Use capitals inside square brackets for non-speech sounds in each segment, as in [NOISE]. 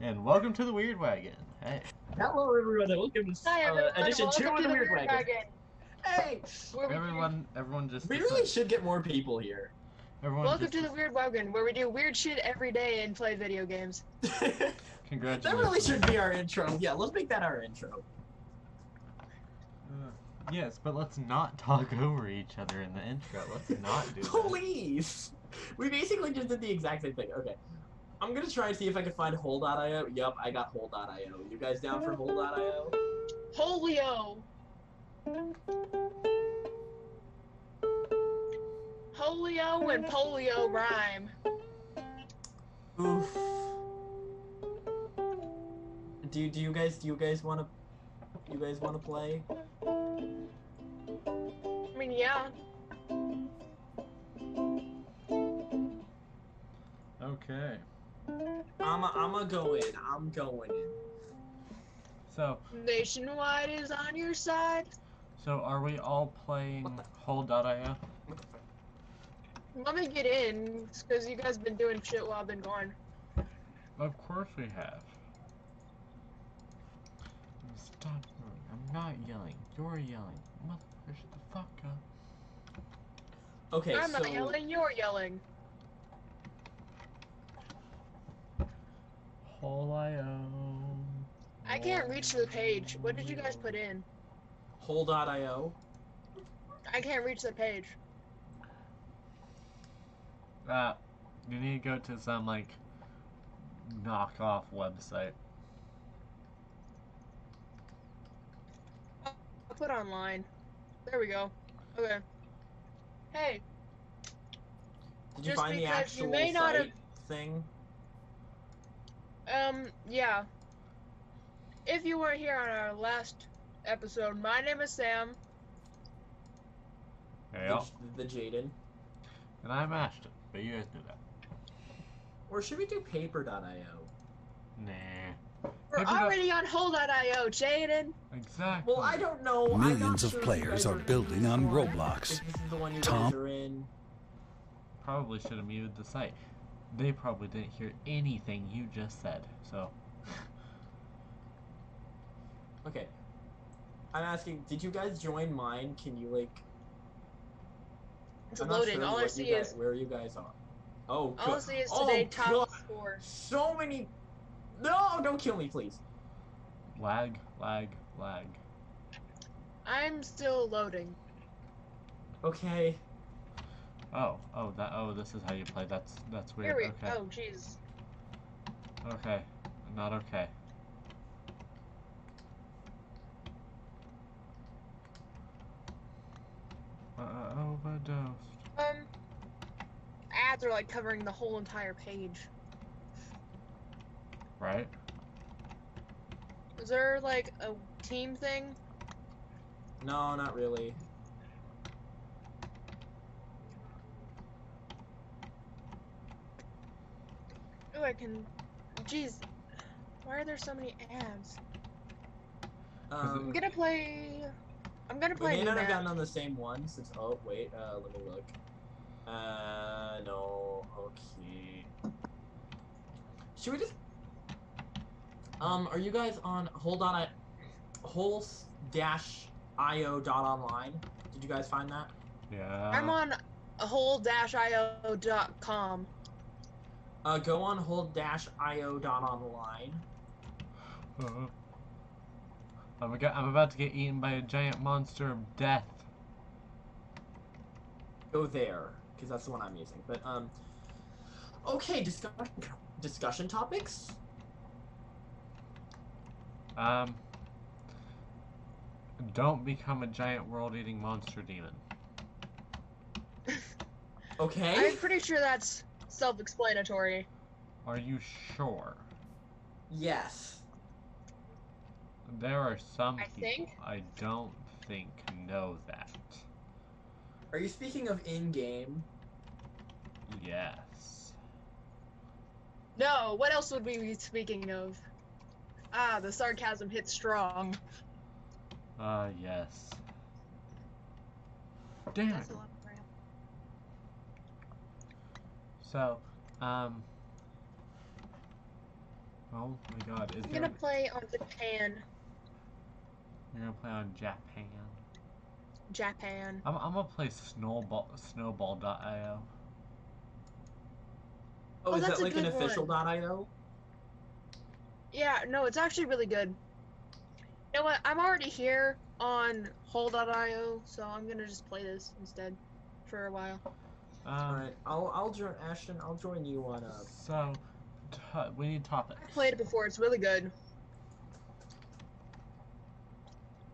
and welcome to the Weird Wagon. Hey. Hello, everyone, and welcome to Hi, uh, everyone. edition Welcome two of to the Weird Wagon. Hey, Where we do- Everyone, everyone just. we this really is- should get more people here. [LAUGHS] Everyone welcome just, to the Weird Wagon, where we do weird shit every day and play video games. that Congratulations. really should be our intro. Yeah, let's make that our intro. Uh, yes, but let's not talk over each other in the intro. [LAUGHS] Let's not do that. Please. We basically just did the exact same thing. Okay. I'm gonna try and see if I can find hole.io. Yup, I got hole.io. You guys down for hole.io? Holy oh. Polio and polio rhyme. Oof. Do do you guys do you guys wanna you guys wanna play? I mean, yeah. Okay, I'm a, I'm a go in. I'm going in. so Nationwide is on your side. so are we all playing What the- Hole.io? What the fuck? Let me get in, because you guys been doing shit while I've been gone. Of course we have. Stop yelling! I'm not yelling. You're yelling. Motherfucker, shut the fuck up. Okay, I'm so not yelling, you're yelling. Hole.io. I can't reach the page. What did you guys put in? hole.io. I can't reach the page. Uh, you need to go to some like knockoff website. I'll put online. There we go. Okay. Hey, Did you Just find the because you actual may not site have- thing? Um, yeah. If you weren't here on our last episode, my name is Sam. Yeah. The, the Jaden. And I mashed it, but you guys knew that. Or should we do paper.io? Nah. We're Pick it up. already on hold.io, Jaden. Exactly. Well, Oh, I don't know. I'm not Hmm. Millions of sure if you players guys are in building on this one. Roblox. If This is the one you guys Tom. are in. Probably should have muted the site. They probably didn't hear anything you just said. So, Okay. I'm asking, did you guys join mine? Can you like? It's I'm not loading. sure all I what see you guys, is where you guys are. Oh, all I God. see is Oh, today God. top score. so many. No, don't kill me, please. lag, lag, lag. I'm still loading. Okay. Oh, oh, that. Oh, this is how you play. That's that's Here weird. we okay. Oh jeez. Okay. Not okay. Uh, overdosed. Um ads are like covering the whole entire page. Right. Is there like a team thing? No, not really. Oh I can jeez. Why are there so many ads? Um, I'm gonna play I'm gonna We play may a new not have map. gotten on the same one since. Oh wait, uh, let me look. Uh, no. Okay. Should we just? Um, are you guys on? Hold on. I whole dash io dot online. Did you guys find that? Yeah. I'm on whole-io.com. Uh, go on hold dash io dot online. Uh-huh. I'm, aga- I'm about to get eaten by a giant monster of death. Go there because that's the one I'm using. But um, okay. Discussion discussion topics. Um, don't become a giant world-eating monster demon. Okay. I'm pretty sure that's self-explanatory. Are you sure? Yes. There are some I people think. I don't think know that. Are you speaking of in game? Yes. No, what else would we be speaking of? Ah, the sarcasm hit strong. Ah, yes. Damn it. That's a lot of crap. So, um, Oh my god, is I'm there... gonna play on Japan. You're gonna play on Japan. Japan. I'm, I'm gonna play Snowball, Snowball.io. Oh, Oh, is that's that a like an good one. official dot .io? Yeah, no, it's actually really good. You know what? I'm already here on Hole.io, so I'm gonna just play this instead for a while. All Um, right, I'll I'll join Ashton. I'll join you on uh so, to- we need topics. I've played it before, it's really good.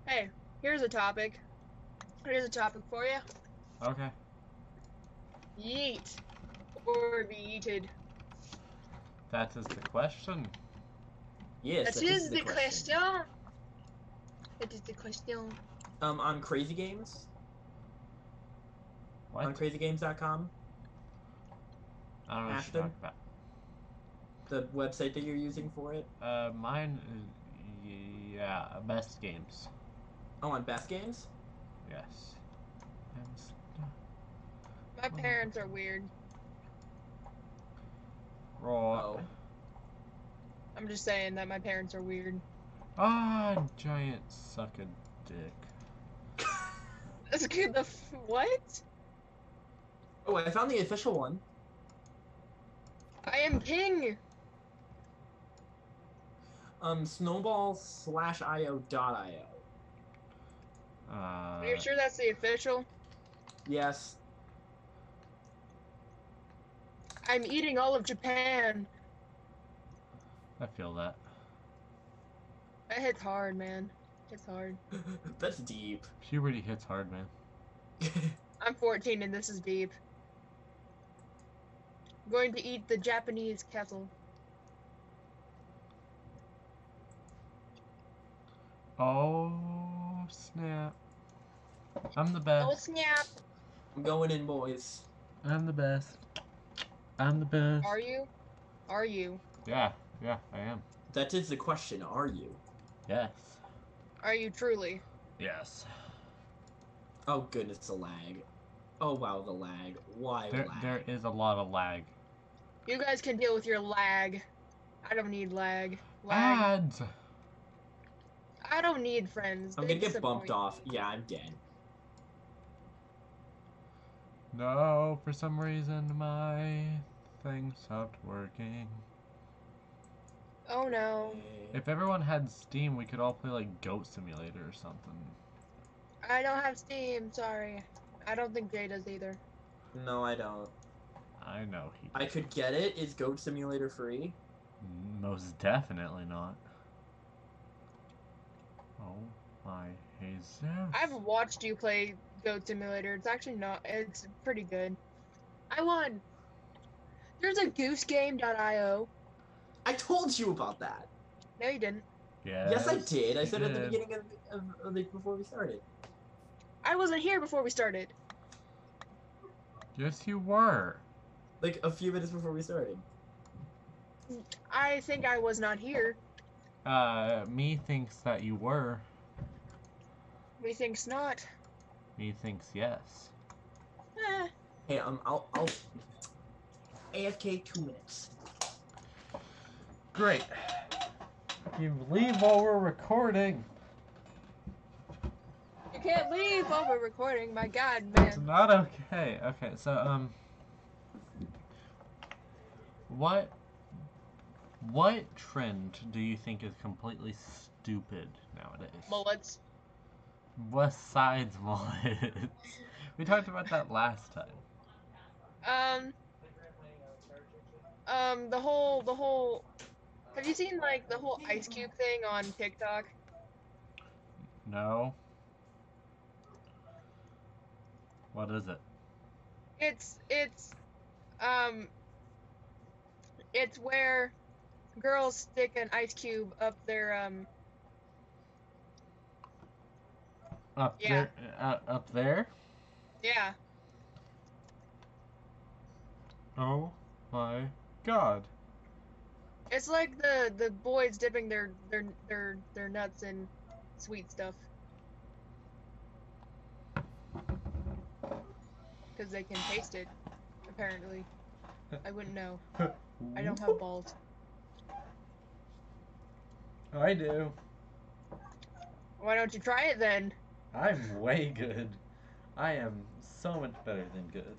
Hey, here's a topic. Here's a topic for you. Okay. Yeet. Or be yeeted. That is the question. yes. That is the question. That is the question. Um, on Crazy Games on What? CrazyGames.com, I don't know what you're Ashton? talking about. the website that you're using for it. Uh, mine is, yeah, best games. Oh, on Best Games. Yes. I'm s- My parents are weird. Raw. Oh. I'm just saying that my parents are weird. [LAUGHS] Ah, giant suck a dick. That's good. The f- what? Oh, I found the official one. I am ping. Um, Snowball slash IO dot IO. Uh, Are you sure that's the official? Yes. [LAUGHS] I'm eating all of Japan. I feel that. That hits hard, man. It's hard. That's deep. [LAUGHS] Puberty hits hard, man. I'm 14 and this is deep. going to eat the Japanese kettle. Oh, snap. I'm the Oh best. snap! I'm going in, boys. I'm the best. I'm the best. Are you? Are you? Yeah, yeah, I am. That is the question. Are you? Yes. Are you truly? Yes. Oh goodness, the lag. Oh wow, the lag. Why There, lag? there is a lot of lag. You guys can deal with your lag. I don't need lag. Lag. Ads! I don't need friends. I'm They gonna get bumped disappoint off. me. Yeah, I'm dead. No, for some reason my thing stopped working. Oh no. Eh, If everyone had Steam, we could all play like Goat Simulator or something. I don't have Steam, sorry. I don't think Jay does either. No, I don't. I know he. I could get it. Is Goat Simulator free? Most definitely not. Oh my Jesus. I've watched you play Goat Simulator. It's actually not it's pretty good. I won. There's a goosegame.io. I told you about that. No you didn't. Yes, yes, I did. I you said at the did. beginning of, of, of the before we started. I wasn't here before we started. Yes, you were. Like a few minutes before we started. I think I was not here. Uh, me thinks that you were. We thinks not. Me thinks yes. Eh. Hey, um, I'll, I'll. AFK two minutes. Great. You leave while we're recording. You can't leave while we're recording. My god, It's man. not okay. Okay, so um, what what trend do you think is completely stupid nowadays? Mullets. Besides mullets, [LAUGHS] we talked about that last time. Um um the whole the whole have you seen like the whole ice cube thing on TikTok? No. What is it? it's it's um it's where girls stick an ice cube up their um Up Yeah. there? Uh, up there? yeah Oh my god. it's like the the boys dipping their their their their nuts in sweet stuff because they can taste it apparently i wouldn't know i don't have balls [LAUGHS] I do. Why don't you try it then? I'm way good. I am so much better than good.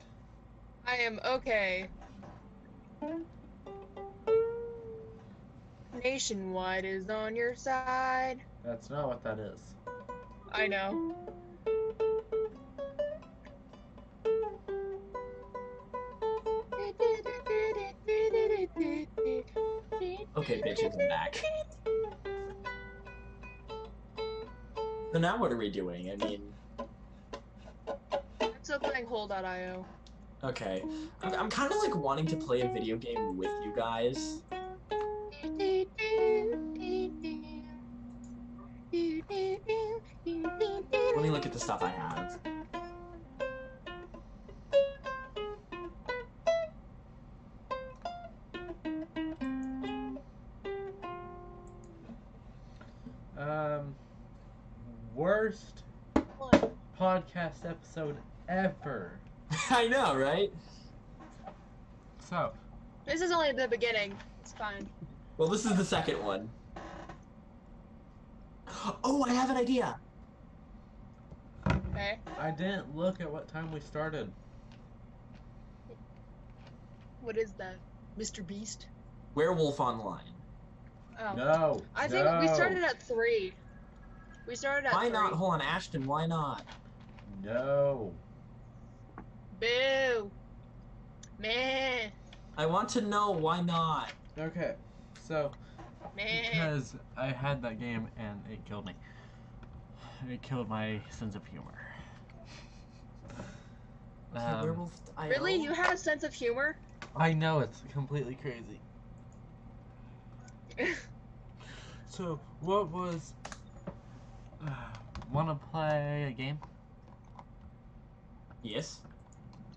I am okay. Nationwide is on your side. That's not what that is. I know. Okay, bitch, it's back. So now what are we doing? I mean, I'm still playing Hole.io. okay. I'm, I'm kind of like wanting to play a video game with you guys. Let me look at the stuff I have. [LAUGHS] Um, worst podcast episode ever. I know, right? So, This is only the beginning. It's fine. Well, this is the second one. [GASPS] Oh, I have an idea. Okay. I didn't look at what time we started. What is that? Mr. Beast? Werewolf Online. Oh. No. I think we no, started at three. We started at Why three. not? Hold on, Ashton. Why not? No. Boo. Meh. I want to know why not. Okay. So, Meh. because I had that game and it killed me. It killed my sense of humor. Okay, Um, Werewolf. IO? Really? You have a sense of humor? I know it's completely crazy. So, what was. Uh, Wanna play a game? Yes.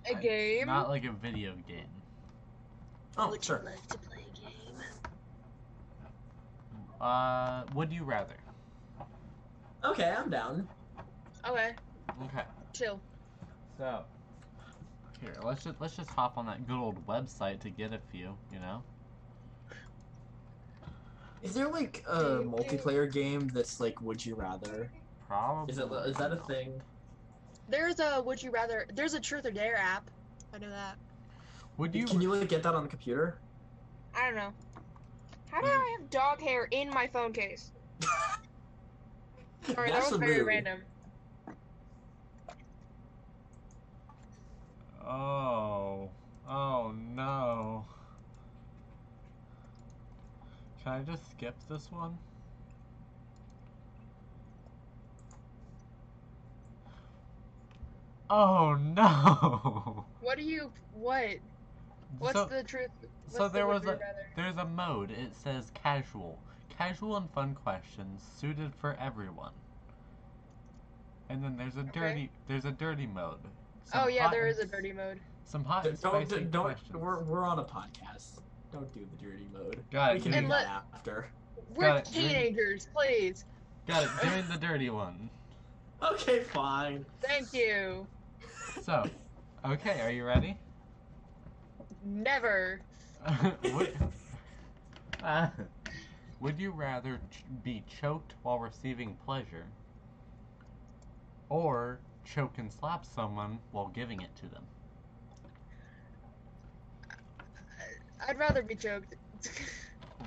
A Like, game? Not like a video game. Oh, Would sure. you like to play a game? Uh, would you rather? Okay, I'm down. Okay, Okay. chill. So, here let's just let's just hop on that good old website to get a few. You know, Is there like a multiplayer game that's like Would You Rather? probably. Is it is that a thing? There's a Would You Rather. There's a Truth or Dare app. I know that. Would you? Can you like get that on the computer? I don't know. How do I have dog hair in my phone case? Sorry, that That's was very rude. random. Oh, oh no. Can I just skip this one? Oh no. What do you? What? [LAUGHS] What's so, the truth? What's so there the was Would a You Rather? There's a mode. It says casual. Casual and fun questions suited for everyone. And then there's a dirty there's a dirty mode. Oh Some yeah, hot there and is a s- dirty mode. Some hot and Don't don't, spicy don't questions. we're, we're on a podcast. Don't do the dirty mode. Got We it. dude. can do And let- that after. We're it, green. teenagers, please. Got it. Doing the dirty one. Okay, fine. [LAUGHS] Thank you. So, okay, are you ready? [LAUGHS] Never. would, [LAUGHS] Ah. would you rather ch- be choked while receiving pleasure, or choke and slap someone while giving it to them? I'd rather be choked.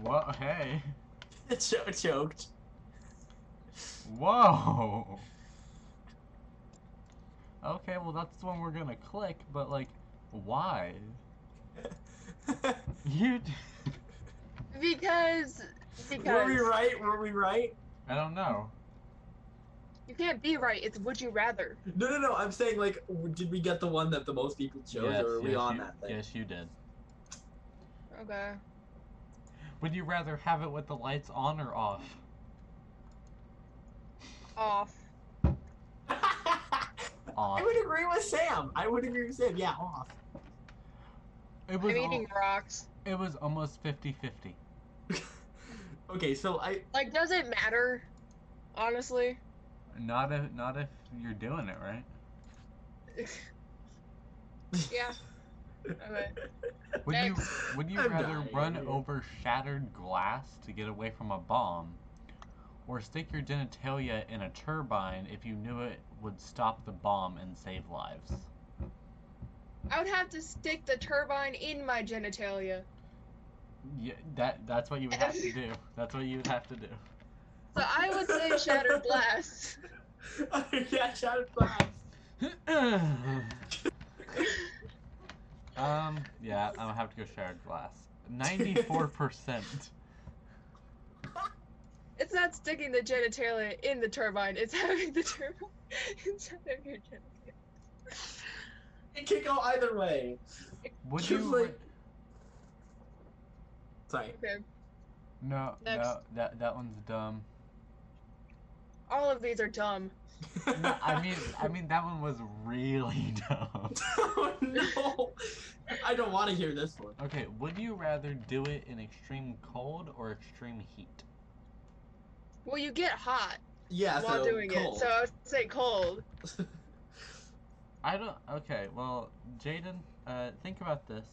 Whoa! Hey! Cho- choked. [LAUGHS] Whoa! Okay, well that's the one we're gonna click, but like, why? [LAUGHS] You? d- [LAUGHS] because Were because we right? Were we right? I don't know. you can't be right. It's Would You Rather. No, no, no. I'm saying like, w- did we get the one that the most people chose, Yes, or are we yes, on you- that thing? [LAUGHS] Yes, you did. Okay. Would you rather have it with the lights on or off? Off. Off. I would agree with Sam. I would agree with Sam. Yeah, off. It I'm was al- eating rocks. it was almost 50-50. Okay, so I [LAUGHS] Like, does it matter? Honestly. Not if not if you're doing it right. Yeah. [LAUGHS] Okay. Would you Next. would you I'm rather dying run here. over shattered glass to get away from a bomb Or stick your genitalia in a turbine if you knew it would stop the bomb and save lives. I would have to stick the turbine in my genitalia. Yeah, that that's what you would have to do. That's what you would have to do. So I would [LAUGHS] say Shattered Blast. yeah, shattered glass. [LAUGHS] um, yeah, I'm gonna have to go shattered glass. Ninety-four [LAUGHS] percent. It's not sticking the genitalia in the turbine. It's having the turbine [LAUGHS] inside of your genitalia. It can go either way. Would Just you? like- re- Sorry. Okay. No, no, Next. that that one's dumb. All of these are dumb. No, I mean, I mean that one was really [LAUGHS] dumb. [LAUGHS] oh, no. I don't want to hear this one. Okay, would you rather do it in extreme cold or extreme heat? Well, you get hot Yeah, while so doing cold. it, so I would say cold. I don't. Okay, well, Jaden, uh, think about this.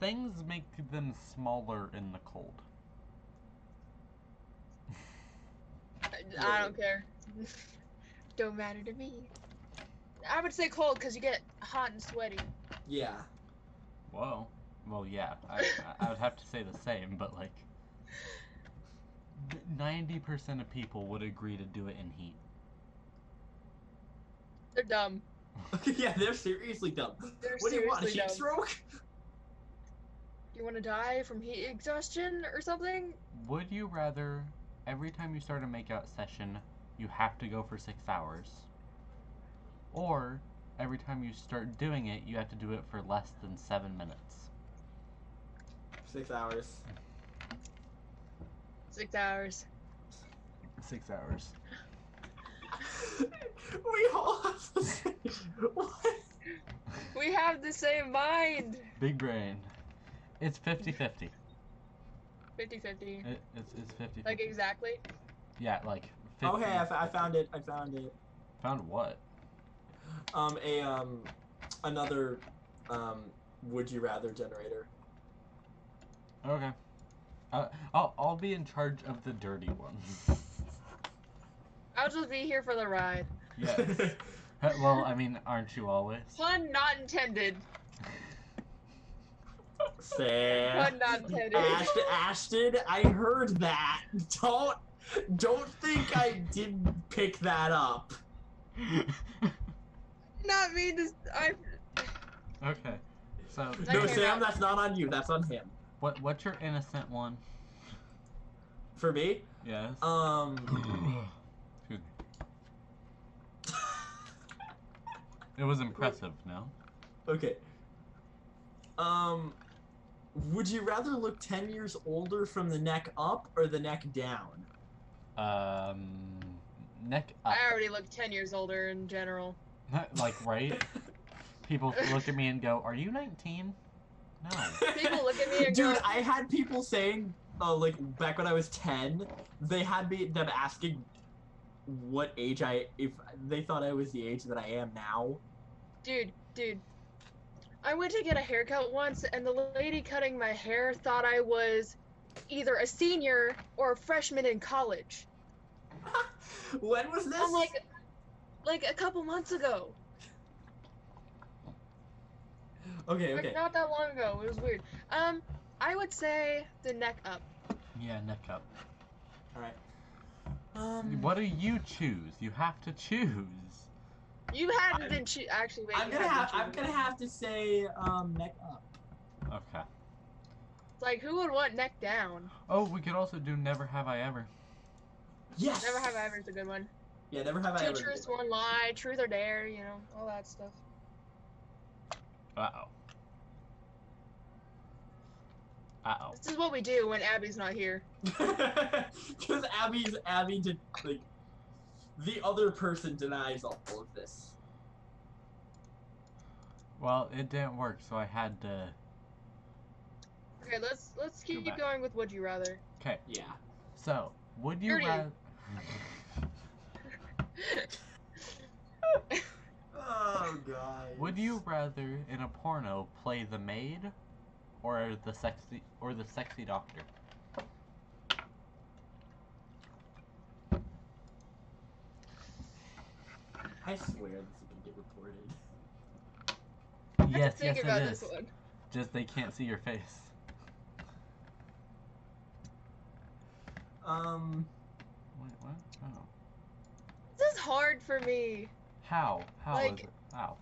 Things make them smaller in the cold. I- I don't care. [LAUGHS] don't matter to me. I would say cold because you get hot and sweaty. yeah. [LAUGHS] Whoa. Well, yeah, I, I- I would have to say the same, but like, ninety percent of people would agree to do it in heat. They're dumb. yeah, they're seriously dumb. They're what do you want? A seriously heat dumb. stroke? You want to die from heat exhaustion or something? Would you rather every time you start a makeout session, you have to go for six hours? Or every time you start doing it, you have to do it for less than seven minutes? Six hours. Six hours. Six hours. [LAUGHS] we all have the same. What? We have the same mind. Big brain. It's 50 50. 50 50. It, it's, it's 50 Like, exactly. Yeah, like 50. Okay, I, f- I found it. I found it. Found what? Um, a um, another um, would you rather generator. Okay. Uh, I'll, I'll be in charge of the dirty [LAUGHS] ones. I'll just be here for the ride. yes. [LAUGHS] [LAUGHS] well, I mean, aren't you always? Pun not intended. Sam. [LAUGHS] Pun not intended. Ashton, Ashton, I heard that. Don't don't think I didn't pick that up. not mean this. I. [LAUGHS] okay. So, no, Okay, Sam, that- that's not on you. That's on him. What what's your innocent one? For me, Yes. um, Excuse me. It was impressive, no? okay. Um, would you rather look ten years older from the neck up or the neck down? Um neck Uh. up. I already look 10 years older in general. like right? People look at me and go, "Are you 19?" No. People look at me [LAUGHS] and Dude, go- I had people saying, uh, like back when I was ten, they had me them asking what age I if they thought I was the age that I am now. Dude, dude. I went to get a haircut once, and the lady cutting my hair thought I was either a senior or a freshman in college. when was this? I'm like, like a couple months ago. okay, Like okay. not that long ago. It was weird. Um, I would say the neck up. Yeah, neck up. Um, What do you choose? You have to choose. You hadn't I'm- been cho- actually. Wait, I'm you gonna had been have I'm choosing. gonna have to say um neck up. Okay. Like, who would want neck down? Oh, we could also do never have I ever. Yes. Never have I ever is a good one. Yeah, never have I Two ever. truths, one lie, truth or dare. You know, all that stuff. Uh-oh. Uh-oh. This is what we do when Abby's not here. [LAUGHS] Because Abby's Abby did like the other person denies all of this. Well, it didn't work, so I had to Okay, let's let's keep back. going with would you rather. Okay, Yeah. so would you Dirty. rather? Oh god. [LAUGHS] would you rather in a porno play the maid, or the sexy or the sexy doctor? I swear this is gonna get reported. I have Yes, to yes, think it about is. this one. Just they can't see your face. Um, Wait, what? Oh. This is hard for me How? How is Like- it? How?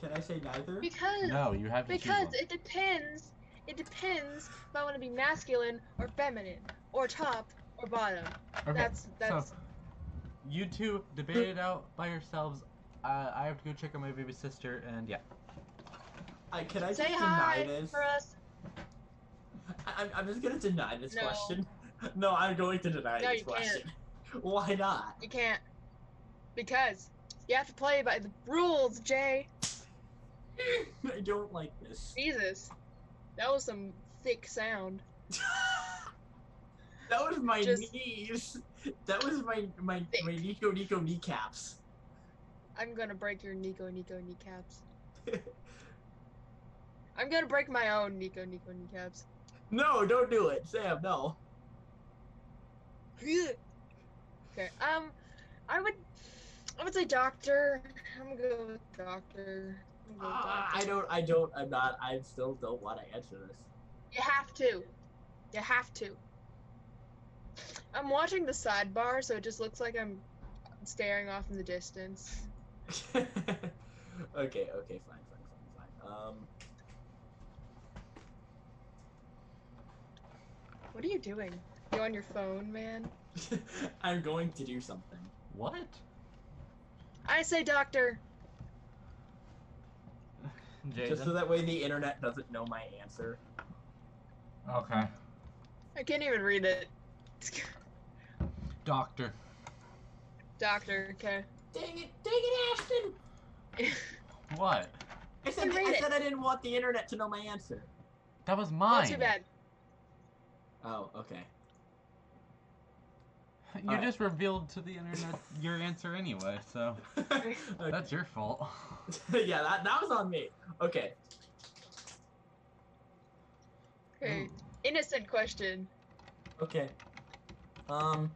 can I say neither? because No, you have to choose because one. it depends. It depends if I want to be masculine or feminine or top or bottom. okay, That's that's so you two debate it out by yourselves. Uh, I have to go check on my baby sister, and yeah. I, can I say just deny hi this? for us. I, I'm- I'm just gonna deny this No. question. [LAUGHS] No, I'm going to deny No, this you can't. question. [LAUGHS] Why not? [LAUGHS] You can't because you have to play by the rules, Jay. I don't like this. Jesus, that was some thick sound. that was my Just- knees. That was my my my Nico Nico kneecaps. I'm gonna break your Nico Nico [LAUGHS] kneecaps. I'm gonna break my own Nico Nico kneecaps. No, don't do it, Sam. No. [LAUGHS] okay, um, I would, I would say doctor. I'm gonna go with doctor. I'm gonna go with Ah, doctor. I don't. I don't. I'm not. I still don't want to answer this. [LAUGHS] You have to. You have to. I'm watching the sidebar, so it just looks like I'm staring off in the distance. okay. Okay. Fine. Fine. Fine. Fine. Um. What are you doing? You on your phone, man? Um, [LAUGHS] I'm going to do something. What? I say doctor. Jason? Just so that way the internet doesn't know my answer. Okay. I can't even read it. [LAUGHS] Doctor. doctor, okay. Dang it! Dang it, Ashton! What? I said, read I, it. said I didn't want the internet to know my answer. That was mine. Not too bad. Oh, [LAUGHS] okay. You Alright. just revealed to the internet your answer anyway, [LAUGHS] so Okay. [LAUGHS] that's your fault. yeah, that, that was on me. Okay. Mm. Okay. Innocent question. Okay. Um,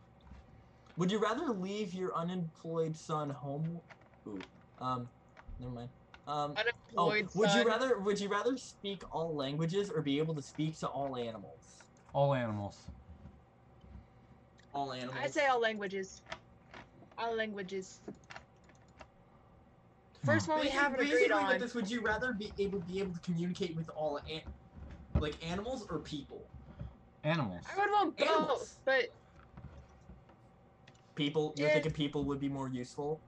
would you rather leave your unemployed son home? Ooh. Um, never mind. Um, oh, Unemployed would you son. rather would you rather speak all languages or be able to speak to all animals? All animals. All animals. I say all languages. All languages. First one we Basically- haven't agreed basically with on. this, would you rather be able be able to communicate with all an- like animals or people? Animals. I would want both, Animals. but People. You're Yeah. thinking people would be more useful?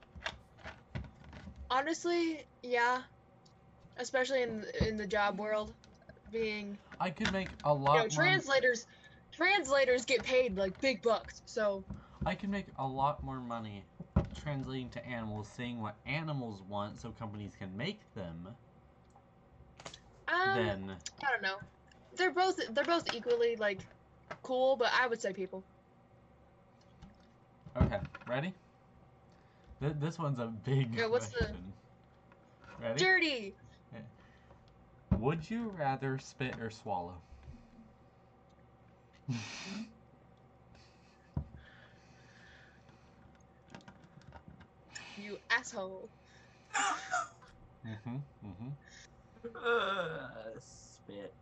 honestly, yeah. Especially in in the job world, being I could make a you lot know translators, translators get paid like big bucks. So more I could make a lot more money translating to animals, seeing what animals want so companies can make them um, then I don't know. They're both they're both equally like cool, but I would say people. Okay, ready? Th- this one's a big Yeah, what's the- question. Ready? Dirty. Would you rather spit or swallow? Mm-hmm, You asshole. mm-hmm. Mm-hmm. Uh, spit.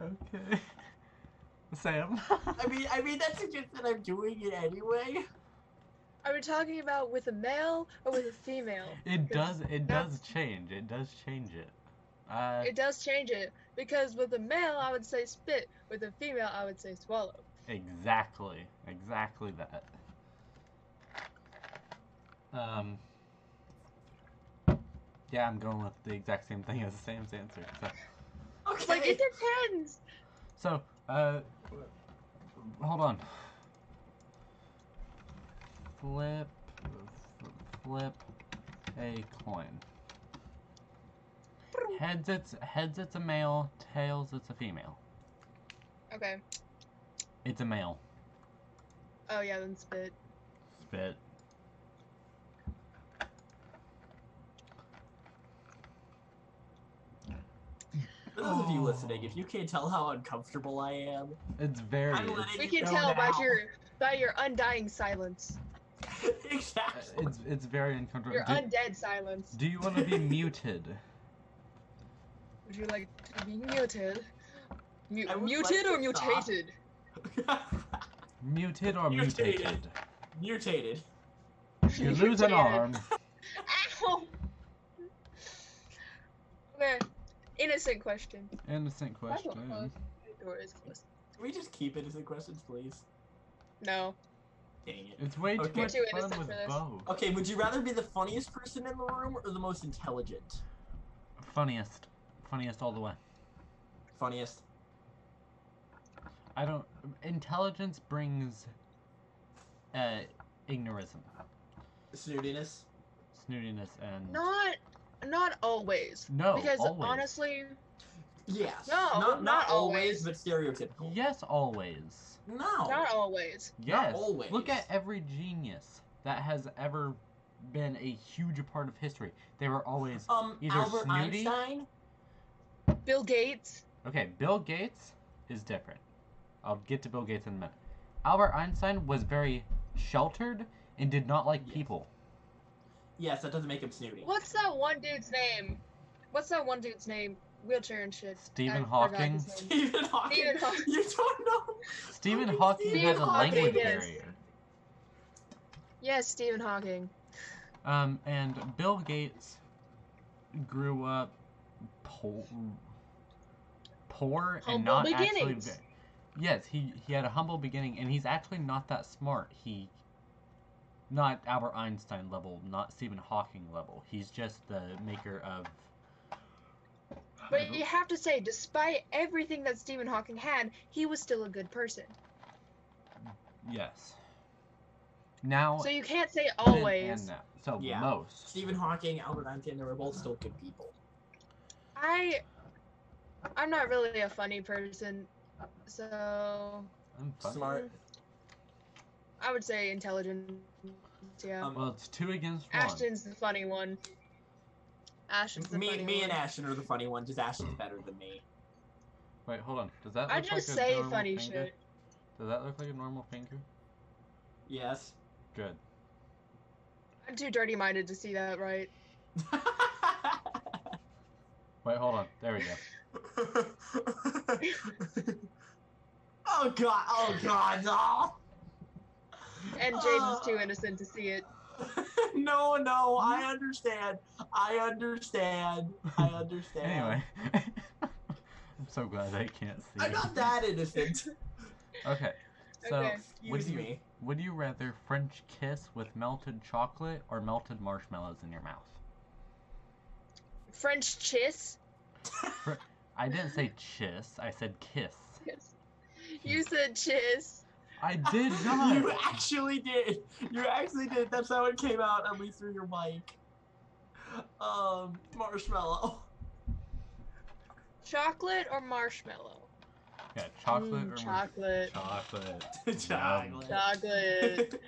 okay. [LAUGHS] Sam. I mean, I mean that suggests that I'm doing it anyway. Are we talking about with a male or with a female? It does. It does That's- change. It does change it. Uh, It does change it because with a male I would say spit, with a female I would say swallow. exactly. Exactly that. Um. Yeah, I'm going with the exact same thing as Sam's answer. So, Okay. Like it depends. so uh, hold on. Flip, f- flip a coin. Heads, it's heads, it's a male. Tails, it's a female. Okay. It's a male. Oh yeah, then spit. Spit. For those of you listening, if you can't tell how uncomfortable I am, [LAUGHS] It's very. I'm letting We you can know tell by now. your by your undying silence, Uh, exactly. [LAUGHS] It's it's very uncomfortable. your Do, undead silence. do you want to be muted? Would you like to be muted? Mu- I would muted like to or stop. mutated? Muted or Mutated. mutated? [LAUGHS] Mutated. You lose an Mutated. arm. [LAUGHS] Ow! Okay, innocent question. Innocent Why the question. fuck? My door is closed. Can we just keep innocent questions, please? No. Dang it. It's way too Okay. much Too fun innocent with for this. both. Okay, would you rather be the funniest person in the room or the most intelligent? Funniest, funniest all the way. Funniest. I don't. Intelligence brings, uh, ignorism, Snoodiness. snootiness, and Not not always. no. because always. honestly, Yes. No, Not not, not always, always. but stereotypical. yes, always. No. not always. Yes. always. Look at every genius that has ever been a huge part of history. They were always um, either Albert snooty- Einstein. Bill Gates. okay. Bill Gates is different. I'll get to Bill Gates in a minute. Albert Einstein was very sheltered and did not like Yes. people. Yes, that doesn't make him snooty. What's that one dude's name? What's that one dude's name? Wheelchair and shit. Stephen I forgot Hawking? his name. [LAUGHS] Stephen Hawking. Stephen Hawking. You don't know. Stephen Fucking Hawking Stephen had a Hawking, language yes. barrier. Yes, Stephen Hawking. Um, and Bill Gates grew up po- poor and Humble not actually. beginnings. ve- Yes, he he had a humble beginning, and he's actually not that smart. He, not Albert Einstein level, not Stephen Hawking level. He's just the maker of. But you have to say, despite everything that Stephen Hawking had, he was still a good person. yes. Now So you can't say then, always. and now. So Yeah. most. Stephen Hawking, Albert Einstein, they were both still good people. I I'm not really a funny person, so I'm fucking- Smart. I would say intelligent. Yeah. Um, Well, it's two against one. Ashton's the funny one. Ashton's the me, funny me one. and Ashton are the funny ones. Just Ashton's better than me. Wait, hold on. Does that? I look just like a say normal funny finger? shit. Does that look like a normal finger? Yes. [LAUGHS] Good. I'm too dirty minded to see that right. Wait, hold on. There we [LAUGHS] go. oh god! Oh god! No! And James is too Ah. innocent to see it. [LAUGHS] no, no! I understand. I understand. [LAUGHS] I understand. Anyway, I'm so glad I can't see. I'm not [LAUGHS] that innocent. Okay. So, Okay. would Excuse you me. would you rather French kiss with melted chocolate or melted marshmallows in your mouth? French chiss. I didn't say chiss. I said kiss. You said chiss. I [LAUGHS] did [LAUGHS] You not. actually did. You actually did. That's how it came out, at least through your mic. Um, marshmallow. [LAUGHS] Chocolate or marshmallow? yeah, chocolate Mm, or marshmallow. chocolate. chocolate. Chocolate. [LAUGHS] Chocolate.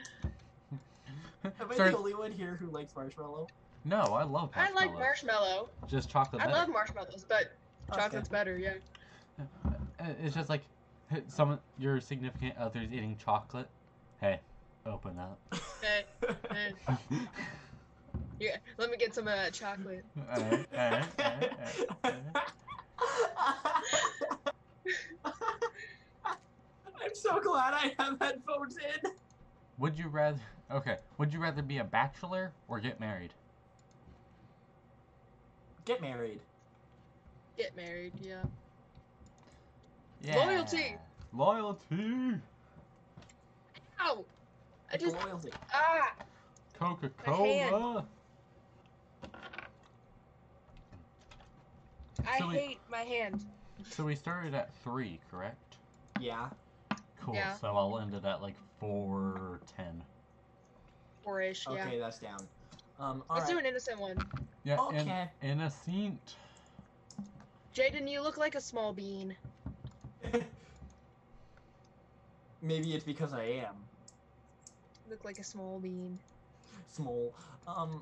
[LAUGHS] Am I Sorry. the only one here who likes marshmallow? [LAUGHS] No, I love marshmallows. I like marshmallow. Just chocolate. I better. love marshmallows, but chocolate's better, yeah. Uh, It's just like someone your significant other's eating chocolate. Hey, open up. Eh, eh. [LAUGHS] Yeah, let me get some uh, chocolate. Eh, [LAUGHS] eh, eh, eh, eh. I'm so glad I have headphones in. Would you rather? Okay. Would you rather be a bachelor or get married? Get married. Get married, yeah. Loyalty. Loyalty. Ow! I It's just loyalty. ah Coca My hand. Cola. I So we- hate my hand. So we started at three, correct? Yeah. Cool. Yeah. So I'll end it at like four ten. Four ish, yeah. Okay, that's down. Um. all Let's do right. an innocent one. Yeah. Okay. And innocent. Jaden, you look like a small bean. [LAUGHS] Maybe it's because I am You look like a small bean. small. Um.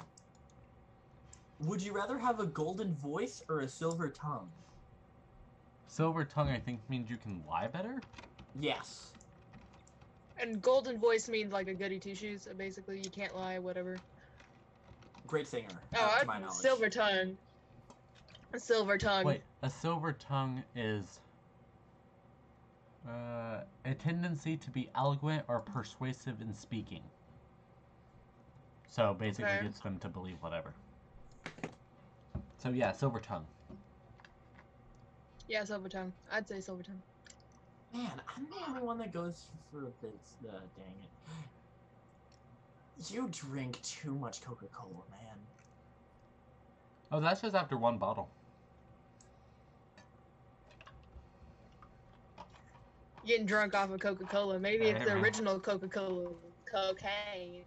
Would you rather have a golden voice or a silver tongue? Silver tongue, I think, means you can lie better. Yes. And golden voice means like a goody two shoes. So basically, you can't lie, whatever. Great singer. Oh, uh, I- to my knowledge. silver tongue. A silver tongue. Wait, a silver tongue is uh, a tendency to be eloquent or persuasive in speaking. So basically, Okay. gets them to believe whatever. So yeah, silver tongue. Yeah, silver tongue. I'd say silver tongue. Man, I'm the only one that goes for this. Uh, dang it. You drink too much Coca Cola, man. Oh, that's just after one bottle. Getting drunk off of Coca Cola. Maybe it's the Amen. original Coca Cola. Cocaine.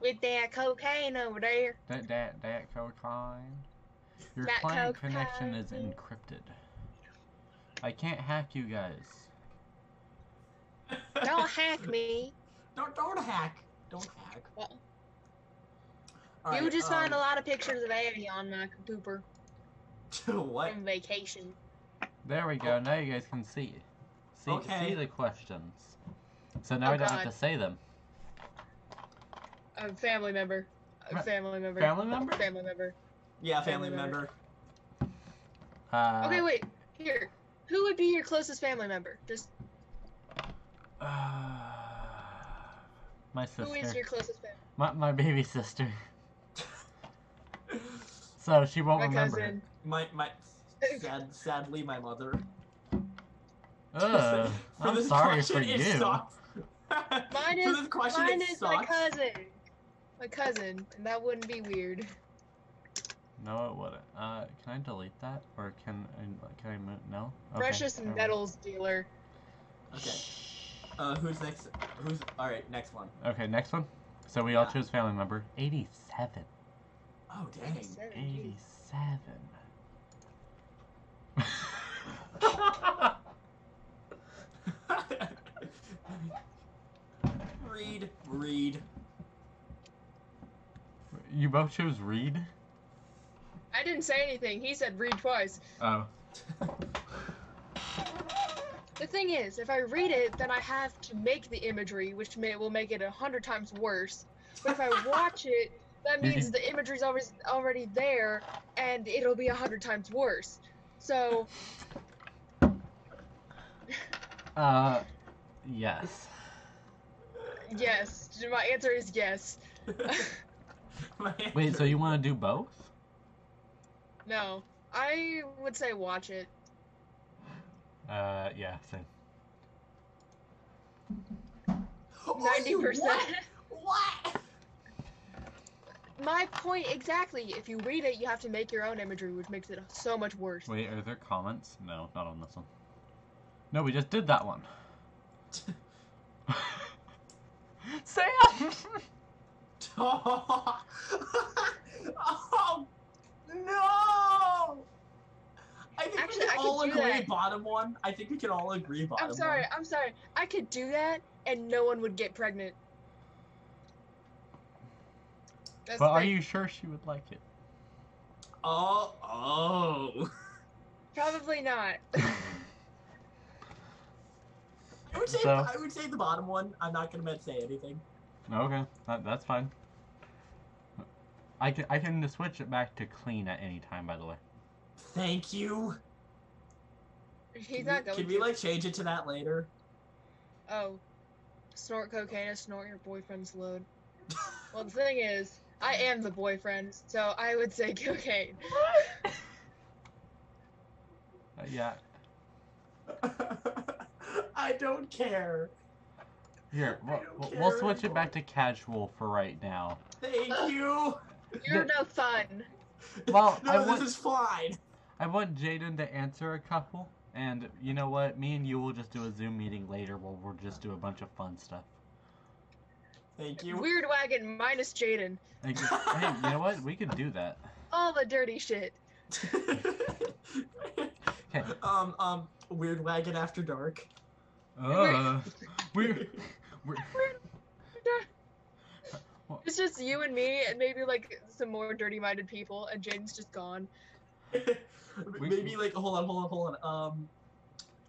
With that cocaine over there. That that that cocaine. Your That client connection is cocaine. encrypted. I can't hack you guys. [LAUGHS] Don't hack me. [LAUGHS] Don't don't hack. Don't hack. Well, All you right, just um, [LAUGHS] find a lot of pictures of Abby on my computer what? from vacation. There we Oh. go. Now you guys can see, see, Okay. see the questions. So now Oh, I don't have God. to say them. A family member. A Fa- family member. Family member? Family member. Yeah, family Family member. member. Uh, okay, wait. Here. Who would be your closest family member? Just Uh, my sister. who is your closest family? my, my baby sister. So she won't My remember. cousin. My [LAUGHS] my. Sad, sadly, my mother. [LAUGHS] [LAUGHS] Ugh, For I'm this sorry question, for it you. sucks. Mine [LAUGHS] For is- this question, Mine it is my sucks. cousin. My cousin, and that wouldn't be weird. No, it wouldn't. Uh, can I delete that or can I, can I move? No. Okay, Precious and never mind. Nettles dealer. Okay. Uh, who's next? Who's all right? Next one. Okay, next one. So we all Yeah. chose family member. Eighty-seven. Oh dang. Seven, geez. Eighty-seven. [LAUGHS] read, read. you both chose Reed. I didn't say anything. He said read twice. Oh. The thing is, if I read it, then I have to make the imagery, which may, will make it a hundred times worse. But if I [LAUGHS] watch it, that You means need- the imagery's always already there, and it'll be a hundred times worse. So Uh, yes. yes, my answer is yes. My Wait, so answer- you want to do both? No, I would say watch it. Uh, yeah, same. Oh, Ninety you percent. What? What? [LAUGHS] My point exactly. If you read it, you have to make your own imagery, which makes it so much worse. Wait, are there comments? No, not on this one. No, we just did that one. [LAUGHS] Sam! Oh, no! I think Actually, we I can could all do agree that. bottom one. I think we can all agree bottom I'm sorry. one. I'm sorry. I could do that, and no one would get pregnant. That's but the are thing. you sure she would like it? Oh, oh. Probably not. I would say So- I would say the bottom one. I'm not gonna say anything. [LAUGHS] okay, that, that's fine. I can, I can switch it back to clean at any time, by the way. Thank you. He's Can we- not going Can to. we like change it to that later? [LAUGHS] oh, snort cocaine, and snort your boyfriend's load. well, the thing is, I am the boyfriend, so I would say [LAUGHS] cocaine. Uh, yeah. I don't care. Here, I we'll, don't we'll- care we'll switch it anymore. back to casual for right now. Thank you. You're no fun. Well, [LAUGHS] no, I this want- is fine. I want Jaden to answer a couple, and you know what? Me and you will just do a Zoom meeting later where we'll just do a bunch of fun stuff. Thank you. Weird wagon minus Jaden. Like, hey, you know what? We could do that. All the dirty shit. Okay. [LAUGHS] um, um, weird wagon after dark. [LAUGHS] Uh, we're, we're, It's just you and me, and maybe like some more dirty-minded people, and Jaden's just gone. We- maybe like hold on, hold on, hold on. Um,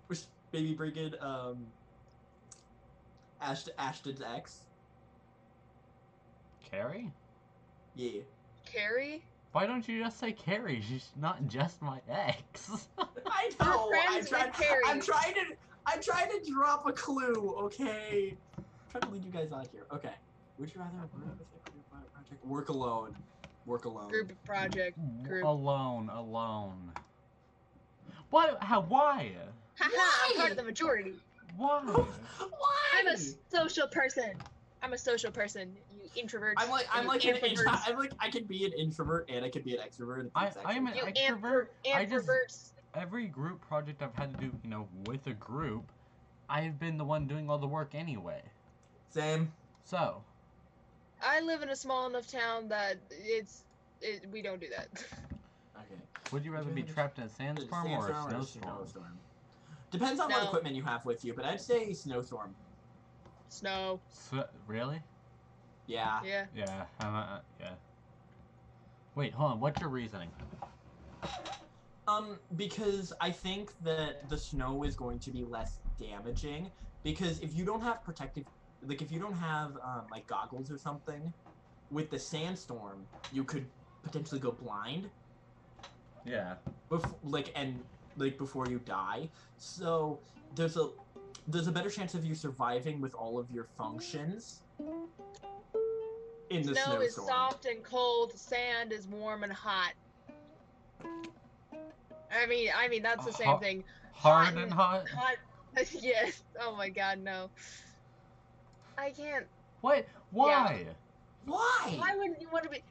which baby brigade? Um, Asht- Ashton's ex. Carrie? Yeah. Carrie? Why don't you just say Carrie? She's not just my ex. I We're know. I'm friends with trying. Carrie. I'm trying to. I'm trying to drop a clue. Okay. I'm trying to lead you guys out here. Okay. Would you rather work with a group on a project? Work alone. Work alone. Group project. Group. Alone, alone. What? How? Why? Haha, I'm part Why? of the majority. Why? [LAUGHS] Why? I'm a social person. I'm a social person, you introverts. I'm like I'm you like an intro- introverts. I'm like I can be an introvert and I can be an extrovert. at the I- exact I am same an- You time. extrovert. introverts. I just- Every group project I've had to do, you know, with a group, I've been the one doing all the work anyway. same. So, I live in a small enough town that it's it, we don't do that. [LAUGHS] Okay. would you rather be Yeah, trapped in a sandstorm or a snowstorm? Depends on what No. equipment you have with you, but I'd say snowstorm. Snow. So, really? Yeah. Yeah. Yeah. I'm, uh, yeah. Wait, hold on. What's your reasoning? Um, because I think that the snow is going to be less damaging. Because if you don't have protective, like if you don't have um, like goggles or something, with the sandstorm you could potentially go blind. Yeah. bef- like and like before you die. So there's a there's a better chance of you surviving with all of your functions in the Snow is snowstorm. soft and cold. Sand is warm and hot. I mean, I mean Uh, that's the same Hot- thing. Hard Hot and hot. Hot. [LAUGHS] yes. Oh my God, no. I can't. What? Why? Why? Why wouldn't you want to be?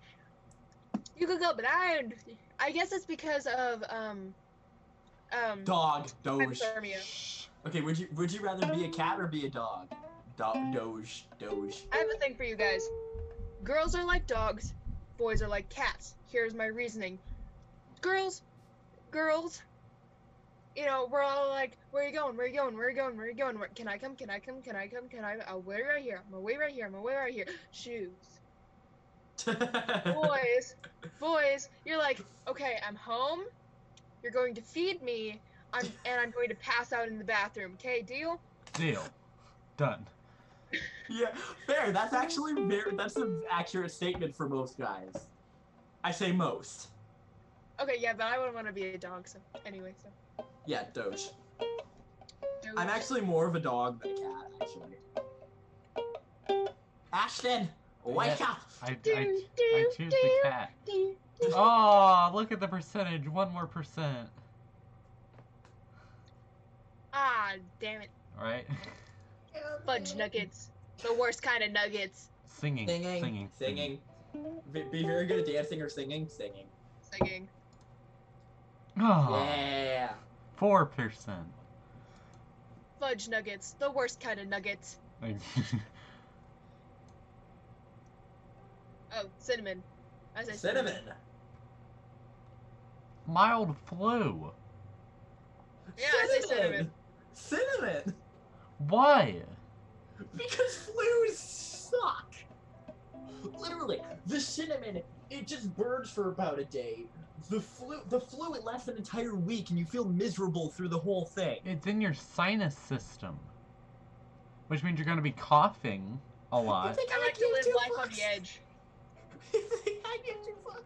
You could go blind. I guess it's because of um, um. Dog doge. hypothermia. Okay, would you would you rather be a cat or be a dog? Do- doge doge. [LAUGHS] I have a thing for you guys. Girls are like dogs, boys are like cats. Here's my reasoning. Girls, girls, you know, we're all like, where are you going? Where are you going? Where are you going? Where are you going? Where, can I come? Can I come? Can I come? Can I? I'll wait right here. I'm gonna wait right here. I'm gonna wait right here. Shoes. Boys, boys, you're like, okay, I'm home. You're going to feed me. I'm and I'm going to pass out in the bathroom. Okay, deal? Deal. Done. yeah, fair. That's actually very that's an accurate statement for most guys. I say most. Okay, yeah, but I wouldn't want to be a dog. So anyway, so. Yeah, doge. I'm Doge. actually more of a dog than a cat, actually. Ashton, wake Yeah. up! I, Do, I, I do, choose do, the cat. do. Oh, look at the percentage. One more percent. Ah, damn it. Right? [LAUGHS] Fudge nuggets. The worst kind of nuggets. Singing. Singing. Singing, singing. Be, be very good at dancing or singing, singing. Singing. Oh, Yeah. 4%. Fudge nuggets. The worst kind of nuggets. Like, Oh, cinnamon. I say Cinnamon. [LAUGHS] Mild flu. Yeah, I say cinnamon. Cinnamon. [LAUGHS] Why? Because flus suck. Literally, the cinnamon it just burns for about a day. The flu, the flu, it lasts an entire week, and you feel miserable through the whole thing. It's in your sinus system. Which means you're going to be coughing a You lot. think I like to give live two life [LAUGHS] on fucks? the edge. I give two fucks.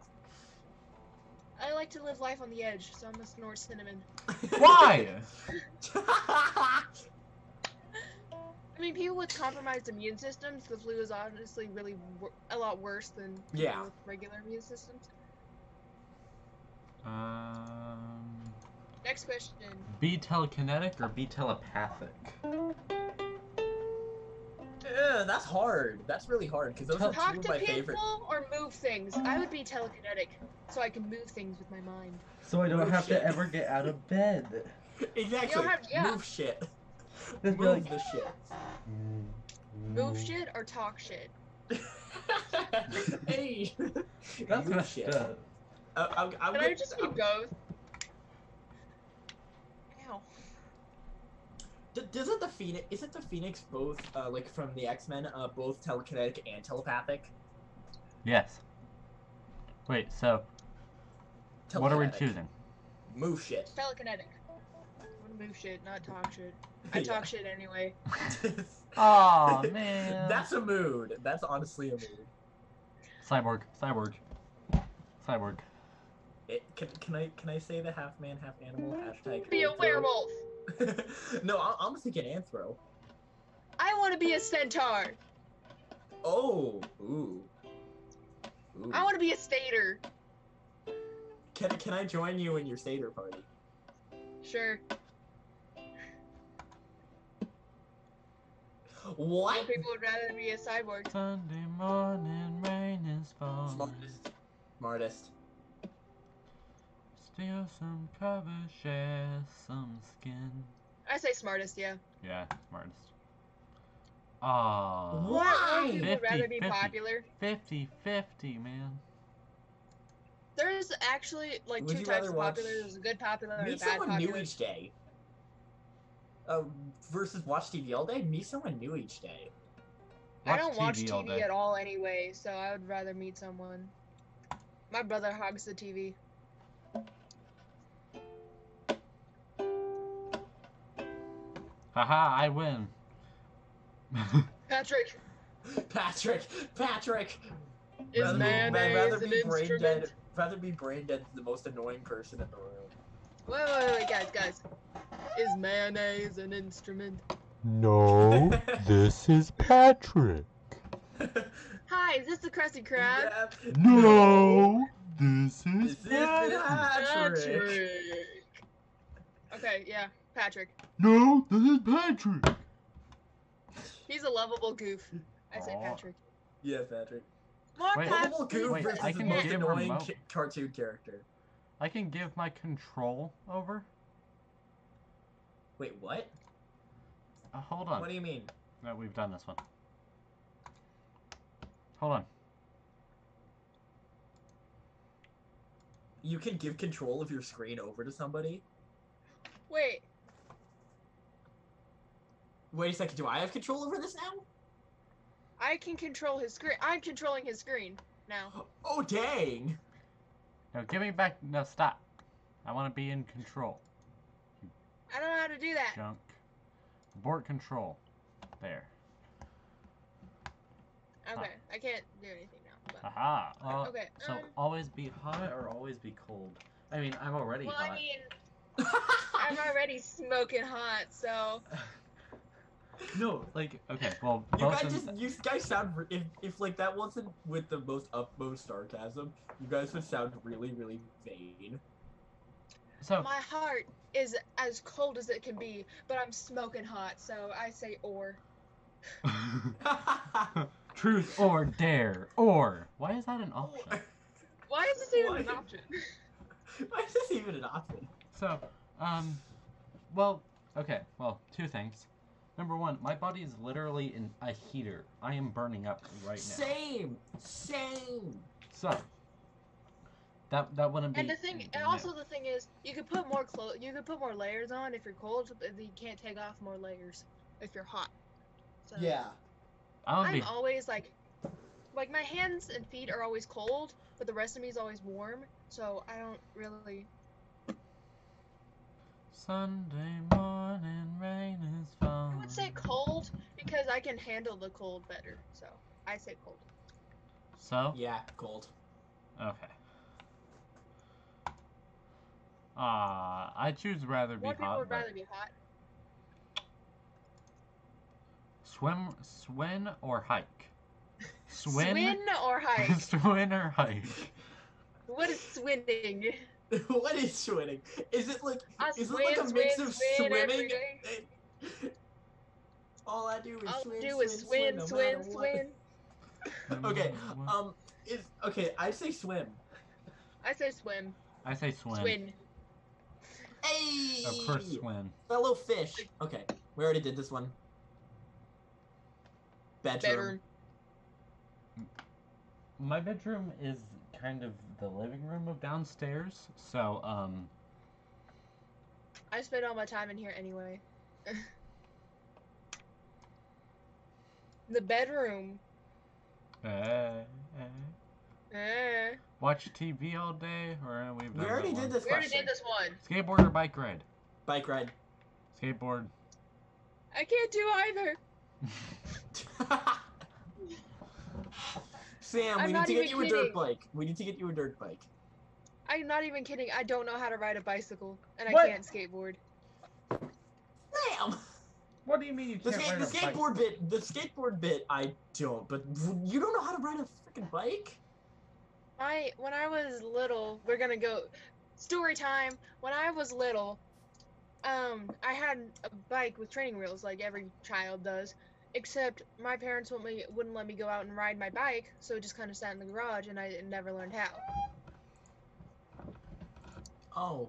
I like to live life on the edge, so I'm gonna snort cinnamon. [LAUGHS] Why? I mean, people with compromised immune systems, the flu is honestly really wor- a lot worse than people Yeah. with regular immune systems. Um, Next question. be telekinetic or be telepathic? Ugh, that's hard. That's really hard because those are two Talk of to my people favorite. or move things. I would be telekinetic, so I can move things with my mind. So I don't have to ever get out of bed. Exactly. have- yeah. Move shit. Just Move be like- the shit. Oh, Move Mm. shit or talk shit. [LAUGHS] hey. [LAUGHS] That's Move messed Oh, shit. up. Uh, I'm, I'm Can gonna, I just be both? Ow. D- doesn't the phoenix? Isn't the phoenix both uh, like from the X Men? Uh, both telekinetic and telepathic. Yes. Wait, so What are we Telekinetic. [LAUGHS] choosing? Move shit. Telekinetic. I'm gonna move shit, not talk shit. I talk shit anyway. shit. Aw, man. [LAUGHS] That's a mood. That's honestly a mood. Cyborg. Cyborg. Cyborg. It, can, can I can I say the half man half animal hashtag? Be a anthro? werewolf. [LAUGHS] no, I, I'm thinking anthro. I want to be a centaur. Oh, ooh. ooh. I want to be a stater. Can can I join you in your satyr party? Sure. Some What? people would rather be a cyborg. Sunday morning rain is falling. Smartest. Smartest. Steal some cover, share some skin. I say smartest, yeah. Yeah, smartest. Aw. What? Why? Some people would rather 50, be 50. popular. 50 50, man. There's actually like Would two you types rather of watch- popular. There's a good popular and a Meet bad someone new popular. each day. Uh, versus watch TV all day. Meet someone new each day. [LAUGHS] I Watch don't watch TV all TV day. at all anyway, so I would rather meet someone. My brother hogs the TV. Haha, I win. Patrick Patrick, Patrick. is rather be- mayonnaise rather an be brain instrument. dead. Rather be brain dead than the most annoying person in the room. Wait, wait, wait, guys, guys. Is mayonnaise an instrument? No, Oh, [LAUGHS] this is Patrick. Hi, is this the Krusty Krab? Yeah, No, this This is is Patrick. Patrick. Okay, yeah, Patrick. No, this is Patrick. He's a lovable goof. I say Aw. Patrick. Yeah, Patrick. More Wait. Patrick. Lovable goof Wait, versus I the can most give annoying remote. ca- cartoon character. I can give my control over. Wait, what? Uh, hold What do on. you mean? No, we've done this one. Hold on. You can give control of your screen over to somebody? Wait, Wait a second, do I have control over this now? I can control his screen. I'm controlling his screen now. Oh [LAUGHS] dang! No, give me back. No, stop. I want to be in control. I don't know how to do that. Junk. Abort control. There. Okay, I can't do anything now. But. Aha. Uh, Okay. So um, always be hot or always be cold. I mean, I'm already well, I hot. mean, I'm already smoking hot, so No, like okay. Well, [LAUGHS] you both guys of- just you guys sound re- if if like that wasn't with the most utmost sarcasm, you guys would sound really, really [LAUGHS] vain. [LAUGHS] so my heart is as cold as it can be, but I'm smoking hot, so I say or. [LAUGHS] truth or dare or why is that an option? Why Why is this even an Why? [LAUGHS] option? is this even an option? So, um, well, okay. Well, two things. Number one, my body is literally in a heater. I am burning up right now. Same! Same! So that that wouldn't be. And the thing, anything and new. also the thing is, you could put more clothes, you could put more layers on if you're cold, but you can't take off more layers if you're hot. So Yeah. I would I'm be always like, like my hands and feet are always cold, but the rest of me is always warm. So I don't really. Sunday morning rain is I falling. would say cold because I can handle the cold better. So I say cold. So Yeah, cold. okay. Ah, I choose rather be More people hot. would but rather be hot. Swim, swim or [LAUGHS] hike. Swin Swim, or [LAUGHS] hike. swim or hike. [LAUGHS] what is swinning? [LAUGHS] what is swinning? Is it like I Is it swin, like a mix swin, of swin every swimming day. [LAUGHS] All I do is All swim, I do is swim, swim, swim, swim, no matter swim. Swim Okay, or what. what? Um, is okay. I say swim. I say swim. I say swim. Swin. Hey, Of course, swim. fellow fish. Okay, we already did this one. Bedroom. Bedroom. My bedroom is kind of the living room of downstairs, so um, I spend all my time in here anyway. [LAUGHS] the bedroom. eh, eh. Eh. Watch TV all day, or we've done We already that did one. this We already question. did this one. Skateboard or bike ride? Bike ride. [LAUGHS] Skateboard. I can't do either. Sam, I'm we need not to get even you a kidding. dirt bike. We need to get you a dirt bike. I'm not even kidding. I don't know how to ride a bicycle, and What? I can't skateboard. Sam, What do you mean you the, can't ska- ride the a bike? skateboard bit, the skateboard bit, I don't. But you don't know how to ride a freaking bike? I when I was little, we're gonna go story time. When I was little, um, I had a bike with training wheels, like every child does. Except my parents wouldn't, me, wouldn't let me go out and ride my bike, so it just kind of sat in the garage, and I never learned how. Oh.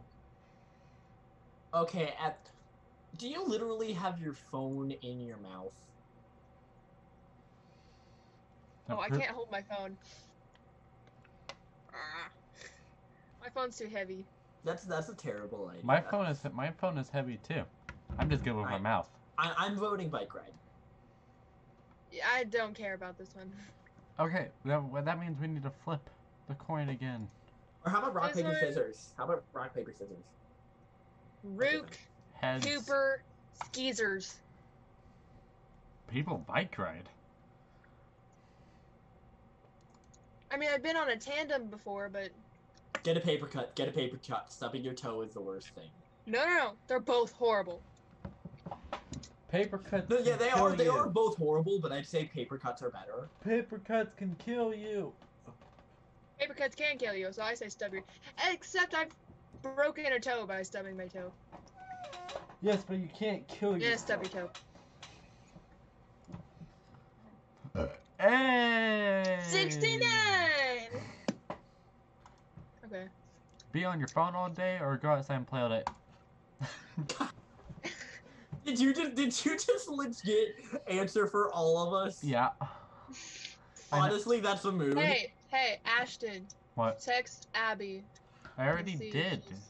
Okay. At, do you literally have your phone in your mouth? Oh, I per- can't hold my phone. Ah. My phone's too heavy. That's that's a terrible idea. My phone is my phone is heavy too. I'm just good with my Alright. mouth. I, I'm voting bike ride. Yeah, I don't care about this one. [LAUGHS] Okay, that, well, that means we need to flip the coin again. Or how about rock Is paper there- scissors? How about rock paper scissors? Rook, Heads. Cooper, Skeezers. People bike ride. I mean, I've been on a tandem before, but Get a paper cut. Get a paper cut. Stubbing your toe is the worst thing. no, no, no. They're both horrible. Paper cuts. No, yeah, they are. They are both horrible, but I'd say paper cuts are better. Paper cuts can kill you. Paper cuts can kill you, so I say stub your. Except I've broken a toe by stubbing my toe. Yes, but you can't kill Yeah, stub your toe. Oh, Hey. 69! Okay. Be on your phone all day or go outside and play all day. Did you just did you just legit answer for all of us? Yeah. [LAUGHS] I know- Honestly, that's a mood. Hey, hey, Ashton. What? Text Abby. I already see if did. she's-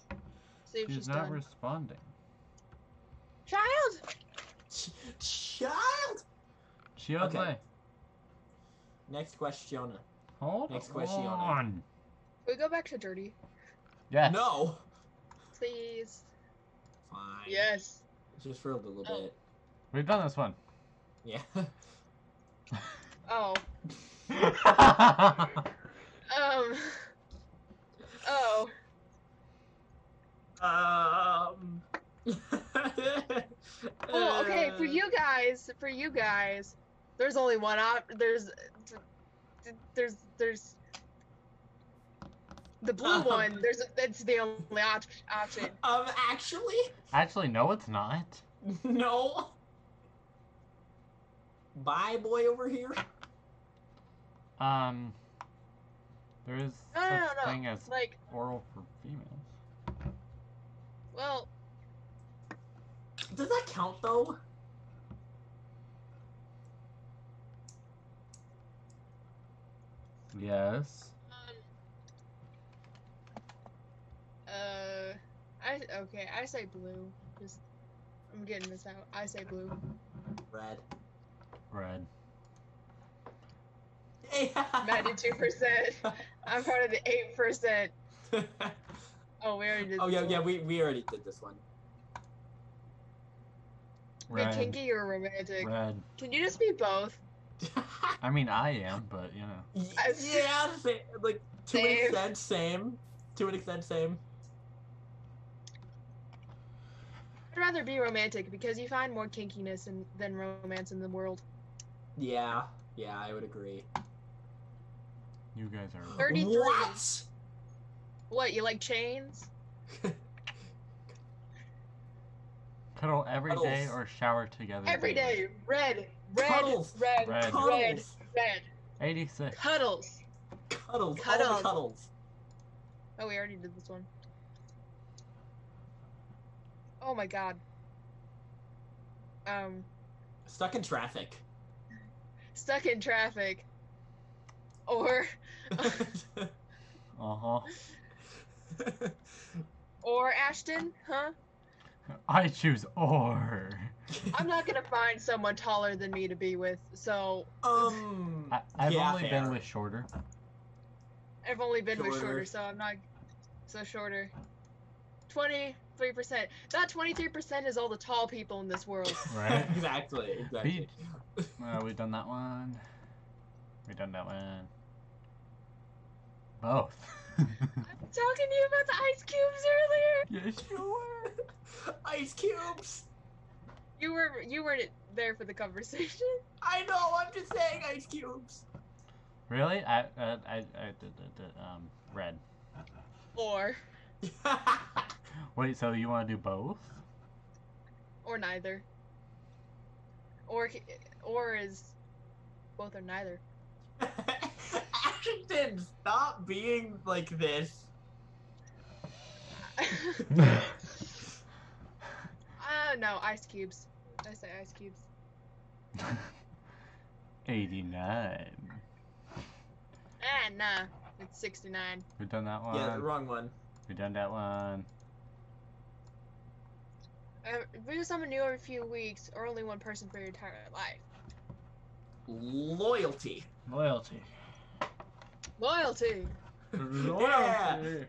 See if she's, She's not done. responding. Child! [LAUGHS] Ch- child. She Okay. okay. Next question. Hold Next question, Yana. on. Can we go back to dirty? Yes. No. Please. Fine. Yes. Just for a little Oh. bit. We've done this one. Yeah. [LAUGHS] Oh. Um. [LAUGHS] Oh. [LAUGHS] Um. Well, Oh, okay, Uh. for you guys, for you guys, there's only one op. There's, there's, there's the blue Um. one. There's that's the only op- option. [LAUGHS] Um, actually, [LAUGHS] [LAUGHS] Actually, no, it's not. no. Bye, boy over here. Um, there is No, no, such no, no. thing as Like, oral for females. well, Does that count though? Yes. um, uh, I okay, I say blue. Just, I'm getting this out. I say blue. Red. [LAUGHS] Red. Ninety-two [LAUGHS] percent. I'm part of the eight percent. Oh, we already did. oh this yeah, one. yeah. We we already did this one. [LAUGHS] Be Red. kinky or romantic? Red. Can you just be both? I mean, I am, but you know. Y- I- yeah, sa- like to an Same. extent, same. To an extent, same. I'd rather be romantic because you find more kinkiness in, than romance in the world. Yeah, yeah, I would agree. You guys are. 33. What? What, you like chains? Cuddle every day Cuddles. or shower together. Every day. Red, red, Cuddles. red, Mm-hmm. Red. red, red, Cuddles. Eighty-six. Cuddles. Cuddles. All the Cuddles. cuddles. Oh, we already did this one. Oh my god. Um, Stuck in [LAUGHS] traffic. [LAUGHS] stuck in traffic. Or, Uh huh. or Ashton, huh? I choose or. I'm not gonna find someone taller than me to be with, so um. I, I've yeah, only fair. been with shorter. I've only been with Shorter. shorter, so I'm not so shorter. Twenty-three percent. That twenty-three percent is all the tall people in this world. Right? [LAUGHS] exactly. Exactly. Uh, we've done that one. We've done that one. Both. [LAUGHS] I was talking to you about the ice cubes earlier. yes, sure. [LAUGHS] Ice cubes. You were you weren't there for the conversation. [LAUGHS] I know. I'm just saying ice cubes. [LAUGHS] Really? I, uh, I, I did, did, did, um, red. Or Wait, so you want to do both? or neither. Or c- or is both or neither. [LAUGHS] Ashton, stop being like this. uh no, ice cubes. I say ice cubes. 89. Ah nah, it's sixty-nine. We've done that one. Yeah, the wrong one. We've done that one. Uh, visit someone new every few weeks, or only one person for your entire life. Loyalty. Loyalty. Loyalty. Loyalty.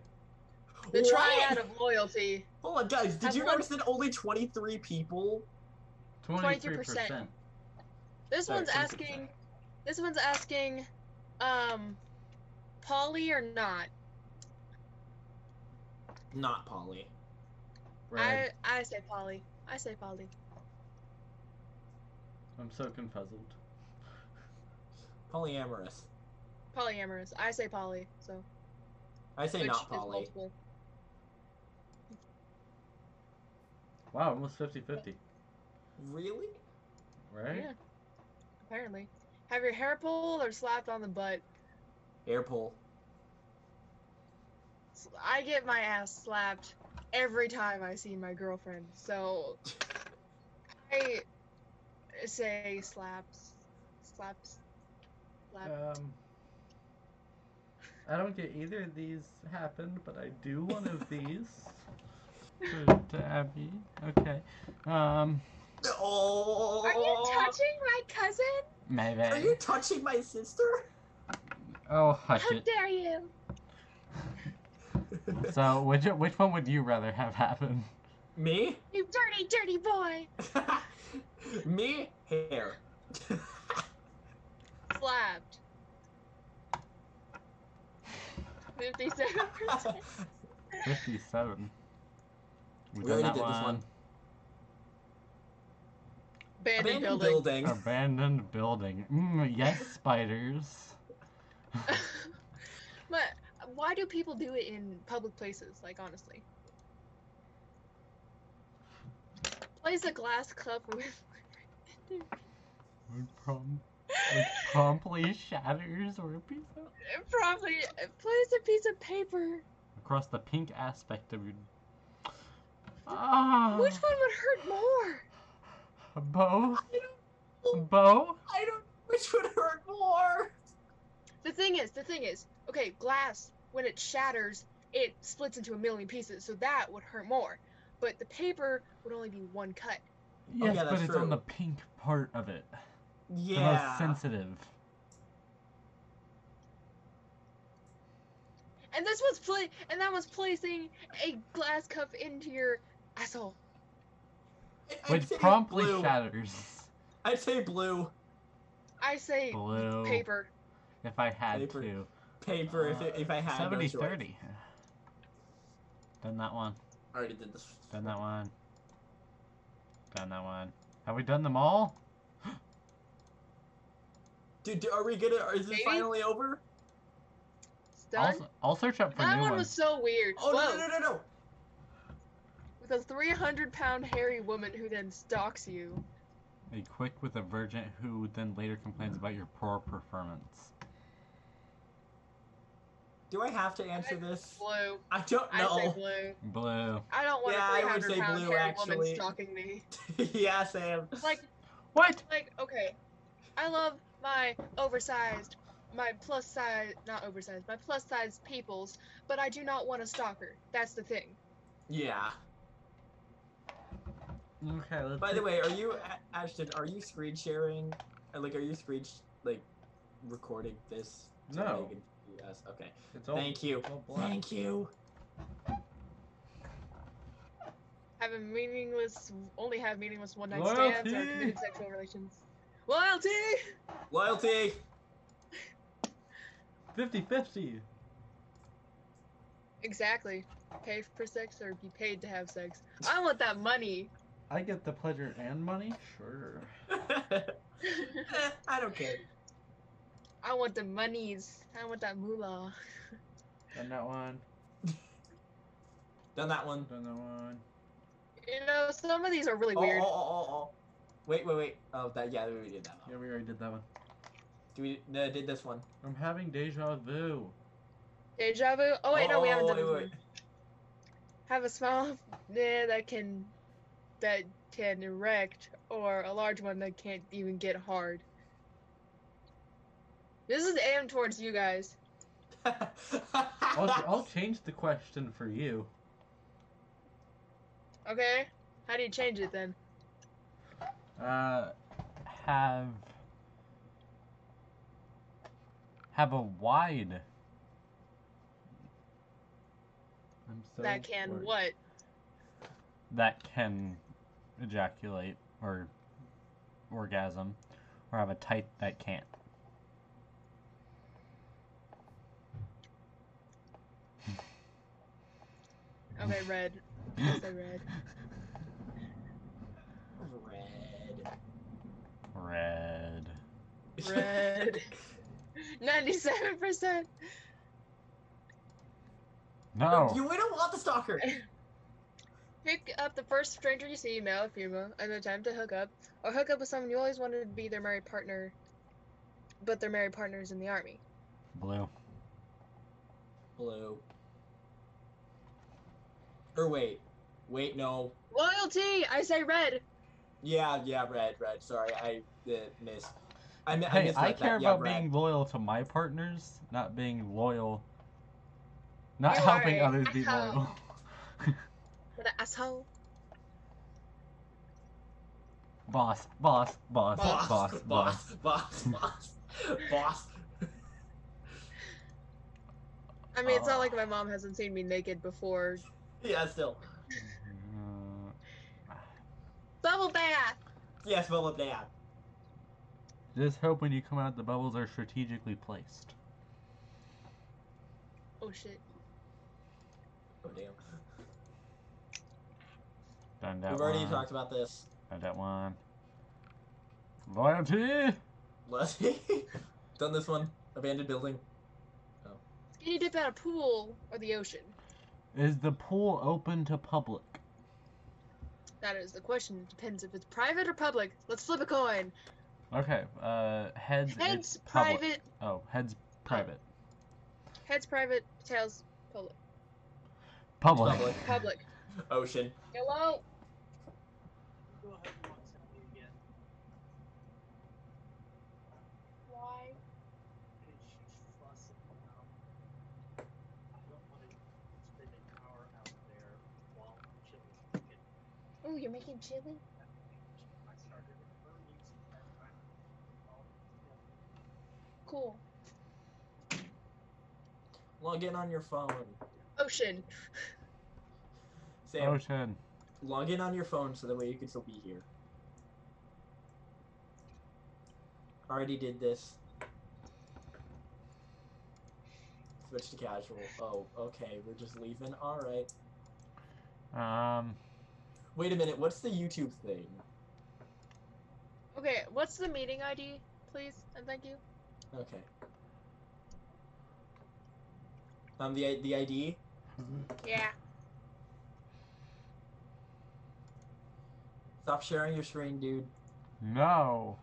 The What? triad of loyalty. Hold on, guys. Did I've you learned- notice that only 23 people? 23%. This Oh, one's 23%. asking. This one's asking, um, Polly or not? Not Polly. Red. I I say Polly. I say Polly. I'm so confuzzled. Polyamorous. Polyamorous. I say Polly. So. I say which not is Polly. multiple. Wow, almost 50 50. Really? Right? Yeah. Apparently, have your hair pulled or slapped on the butt. Air pull. S- I get my ass slapped every time I see my girlfriend. [LAUGHS] So I say slaps, slaps, slap. Uh, Um, I don't get either of these happened, but I do one [LAUGHS] of these. To, to Abby. Okay. Um, Oh. Are you touching my cousin? maybe. Are you touching my sister? Oh, hush How it. dare you? [LAUGHS] So, which which one would you rather have happen? Me? [LAUGHS] You dirty, dirty boy. Me? Hair. Slapped. 57%. Fifty-seven. We've We done already that did this one. one. Abandoned Abandoned building. building. Um, Abandoned building. Mm, yes, spiders. [LAUGHS] but why do people do it in public places? Like, honestly. Place a glass cup with. [LAUGHS] Would prom- would promptly shatters or a piece of Probably place a piece of paper. across the pink aspect of your. Ah, Which one would hurt more? bow, I don't, bow. I don't. Which would hurt more? The thing is, the thing is, okay, glass, when it shatters, it splits into a million pieces, so that would hurt more. But the paper would only be one cut. Yes, yeah, but that's it's on the true. pink part of it, the most Yeah. sensitive. And this was pla- and that was placing a glass cup into your asshole. I- I'd Which say promptly blue. shatters. I'd say blue I say Blue. paper. If I had Paper. to. paper if, it, if I had no 70 choice. 30. Done that one. I already did this. Done that one. Done that one. Have we done them all? Dude, do- are we gonna? Are, is it Maybe? finally over? It's I'll, done. s- I'll search up for that new one was ones. so weird. Oh Whoa. no no no no! With a 300 pound hairy woman who then stalks you. A quick with a virgin who then later complains about your poor performance. Do I have to answer this? Blue. I don't I [LAUGHS] say know. blue. Blue. I don't want Yeah, I a would 300 say pound blue, hairy actually. woman stalking me. yeah, Sam. Like, What? like okay i love my oversized my plus size not oversized my plus size peoples but i do not want a stalker that's the thing Yeah. Okay, let's By see. the way, are you A- Ashton? Are you screen sharing? Uh, Like, are you screen sh- like recording this? so No. I can- Yes. Okay. It's all, Thank you. it's all black. Thank you. Have a meaningless, only have meaningless one night stands or Loyalty. committed sexual relations. Loyalty. [LAUGHS] Loyalty. [LAUGHS] 50-50. Exactly. Pay for sex or be paid to have sex. I want that money. I get the pleasure and money? Sure. Eh, I don't care. I want the monies. I want that moolah. Done that one. Done that one. Done that one. You know, some of these are really Oh, weird. oh, oh, oh, oh. Wait, wait, wait. Oh, that. Yeah, we did that. Yeah, One. we already did that one. Do we no, did this one? I'm having deja vu. Deja vu. Oh wait, no, we haven't oh, done wait, this wait, one. Have a smile [LAUGHS] eh, that can that can erect, or a large one that can't even get hard. This is aimed towards you guys. wait. [LAUGHS] I'll, I'll change the question for you. Okay? How do you change it then? Uh, have have a wide. I'm so that can bored. what? that can ejaculate or orgasm, or have a type that can't. Okay, red. I say red. Red. Red. Red. [LAUGHS] Ninety-seven percent. Oh. No. You wouldn't want the stalker. Pick up the first stranger you see, male or female, and attempt to hook up, or hook up with someone you always wanted to be their married partner, but their married partner is in the army. Blue. Blue. Or wait, wait, no. Loyalty. I say red. Yeah, yeah, red, red. Sorry, I uh, missed. I, mi- I Hey, missed I that- care that. Yeah, about red. being loyal to my partners, not being loyal. Not You helping are a others [LAUGHS] be asshole. loyal. What an asshole. boss, boss, boss, boss, boss, boss, [LAUGHS] boss, boss, boss. I mean, it's Aw. not like my mom hasn't seen me naked before. Yeah, still. Mm, Bubble bath. Yes, well, with that. Just hope when you come out, the bubbles are strategically placed. Oh shit. Oh damn. Done that We've already one. talked about this. Done that one. Loyalty. Let's [LAUGHS] done this one. Abandoned building. Skinny dip at a pool or the ocean. Is the pool open to public? That is the question. It depends if it's private or public. Let's flip a coin. Okay, uh, heads. Heads it's public. private. Oh, heads private. Heads private. Tails public. Public. Public. Public. Ocean. Hello. Why? Oh, you're making chili? Cool. Log in on your phone. Ocean. Sam, Ocean. log in on your phone so that way you can still be here. Already did this. Switch to casual. Oh, okay. We're just leaving. All right. Um, Wait a minute. What's the YouTube thing? Okay, what's the meeting ID, please? And thank you. Okay. Um, the I- the ID. Yeah. Stop sharing your screen, dude. no.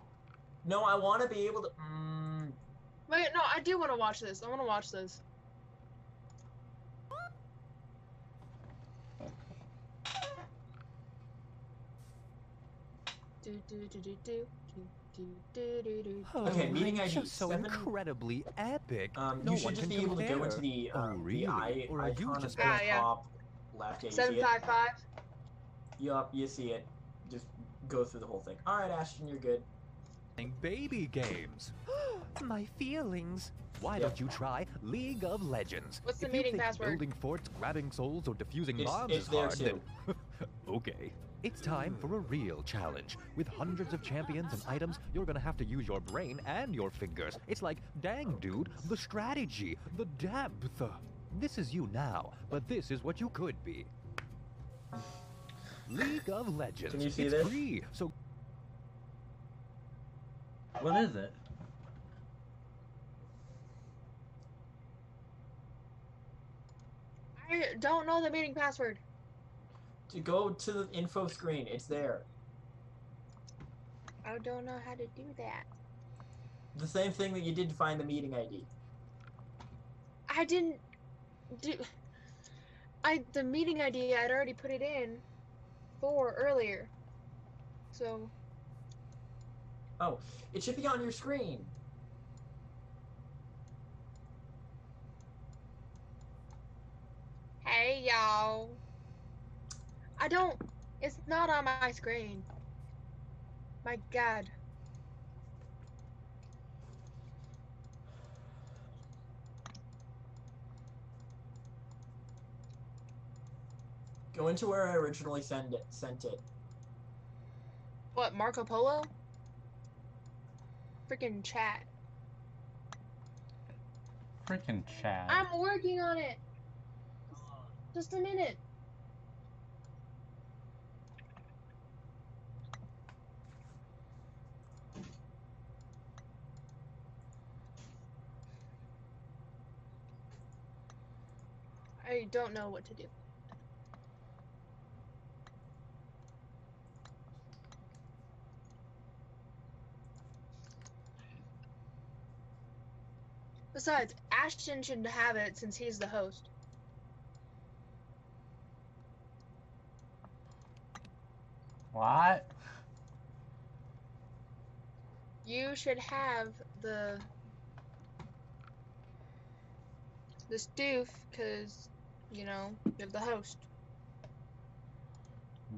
No, I want to be able to. Mm, Wait, no, I do want to watch this. I want to watch this. Do, do, do, do, do, do, do, do, do, do. Okay, meeting I'm ID just so seven. incredibly epic. um, no you should one just can be compare. able to go into the Oh, um, really? the eye Or are you icon just at the Ah, yeah. top left. Yeah, you see Seven it? five five. Yup, you see it. Just go through the whole thing. All right, Ashton, you're good. playing baby games. [GASPS] My feelings. Why Yep. don't you try League of Legends? What's the If you meeting think password? Building forts, grabbing souls, or defusing It's- bombs it's is there hard. too. Then... okay. It's time for a real challenge. With hundreds of champions and items, you're gonna have to use your brain and your fingers. It's like, dang, dude, the strategy, the depth. This is you now, but this is what you could be. League of Legends. Can you see it's this? free, so What is it? I don't know the meeting password. To go to the info screen. It's there. I don't know how to do that. The same thing that you did to find the meeting ID. I didn't do. I the meeting ID. I'd already put it in for earlier. So Oh, it should be on your screen. hey y'all. I don't. It's not on my screen. My God. Go into where I originally send it, sent it. What Marco Polo? Freaking chat. Freaking Chad. I'm working on it. Just a minute. I don't know what to do. Besides, Ashton should have it since he's the host. What? You should have the the stoof because you know you're the host.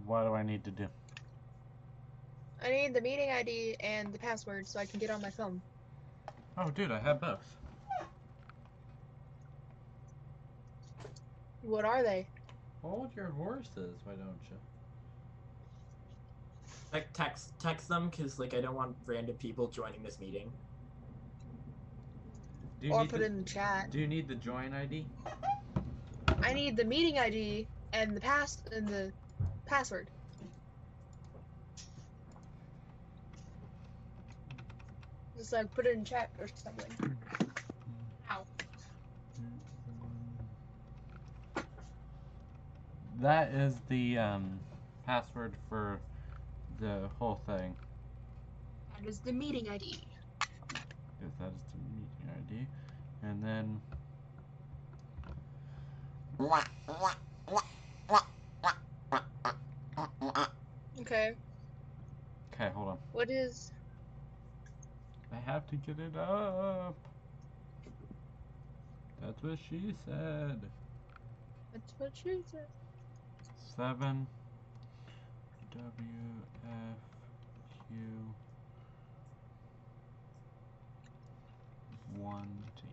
What do I need to do? I need the meeting ID and the password so I can get on my phone. Oh, dude, I have both. What are they? Hold your horses, why don't you? Like text text them because like I don't want random people joining this meeting. Do you or need put the, it in the chat. Do you need the join ID? I need the meeting ID and the pass and the password. Just like put it in chat or something. Ow. That is the um, password for the whole thing. That is the meeting ID. If that is the meeting ID, and then. Okay. Okay, hold on. What is I have to get it up. That's what she said. that's what she said. Seven. W F Q. One T.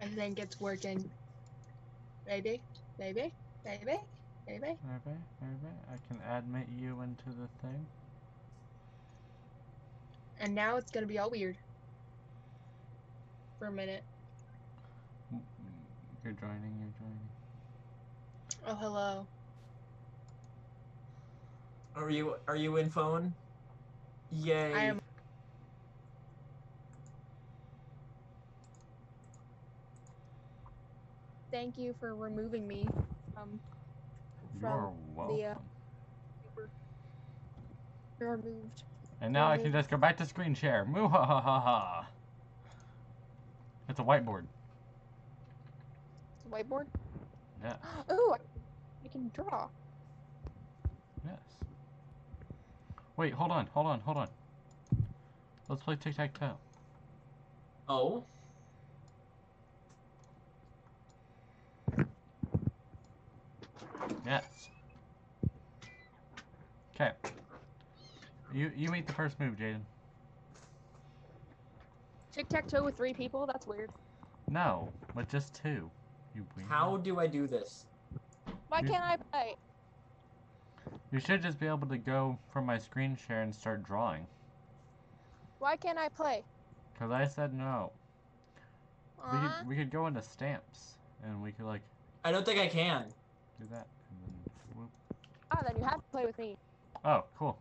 I think it's working. Maybe, maybe, maybe, maybe. Okay, okay. I can admit you into the thing. And now it's gonna be all weird. For a minute. Mm, You're joining, you're joining. Oh, hello. Are you are you in phone? Yay! I am. Thank you for removing me. Um, You're From the, uh, welcome. you're removed. and now I can just go back to screen share. Moo ha ha ha ha. It's a whiteboard. It's a whiteboard. [GASPS] Yeah. Ooh, I, I can draw. Yes. Wait, hold on, hold on, hold on. Let's play tic tac toe. Oh. Yes. Okay. You you make the first move, Jaden. Tic tac toe with three people? That's weird. No, with just two. You weird. How do I do this? Why You- can't I play? You should just be able to go from my screen share and start drawing. Why can't I play? Cause I said no. We Uh-huh. Aw. could, we could go into stamps and we could like I don't think I can. do that and then whoop. Ah, then you have to play with me. Oh, cool.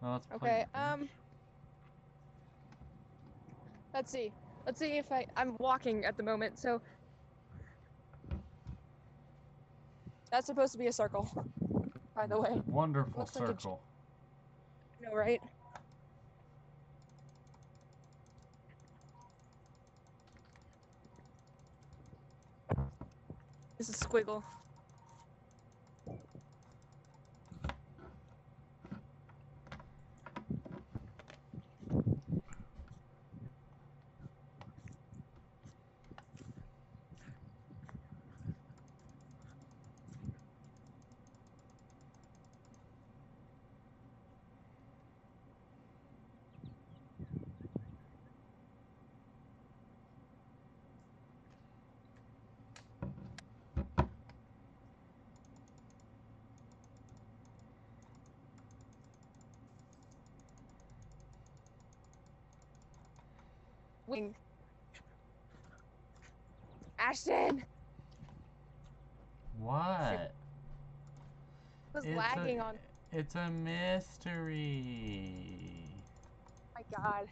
Well, let's play Okay. Grinch. Um. Let's see. Let's see if I. I'm walking at the moment, so. That's supposed to be a circle, by the way. Wonderful looks like a j- circle. No, right? This is squiggle. Wing. Ashton What? was lagging on. It's a mystery. My God.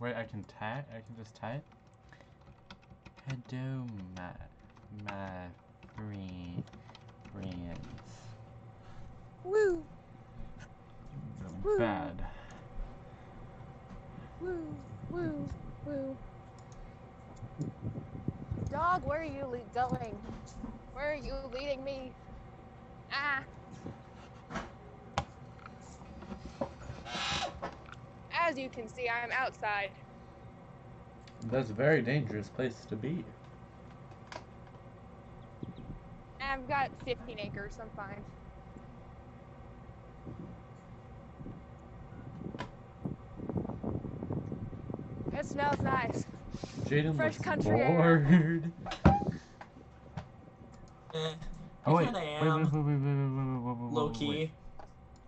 Wait, I can type. I can just type. Hello, my my free friends. Woo. Really Woo. bad. Woo, woo, woo. Dog, where are you le- going? Where are you leading me? Ah. As you can see, I'm outside. That's a very dangerous place to be. I've got 15 acres, I'm fine. It smells nice. Jaden Fresh looks country air. bored. Eh, Oh I wait. kinda wait, am. Eh, Oh, wait, wait, wait, wait, wait, wait, wait, wait, wait, Low wait. key.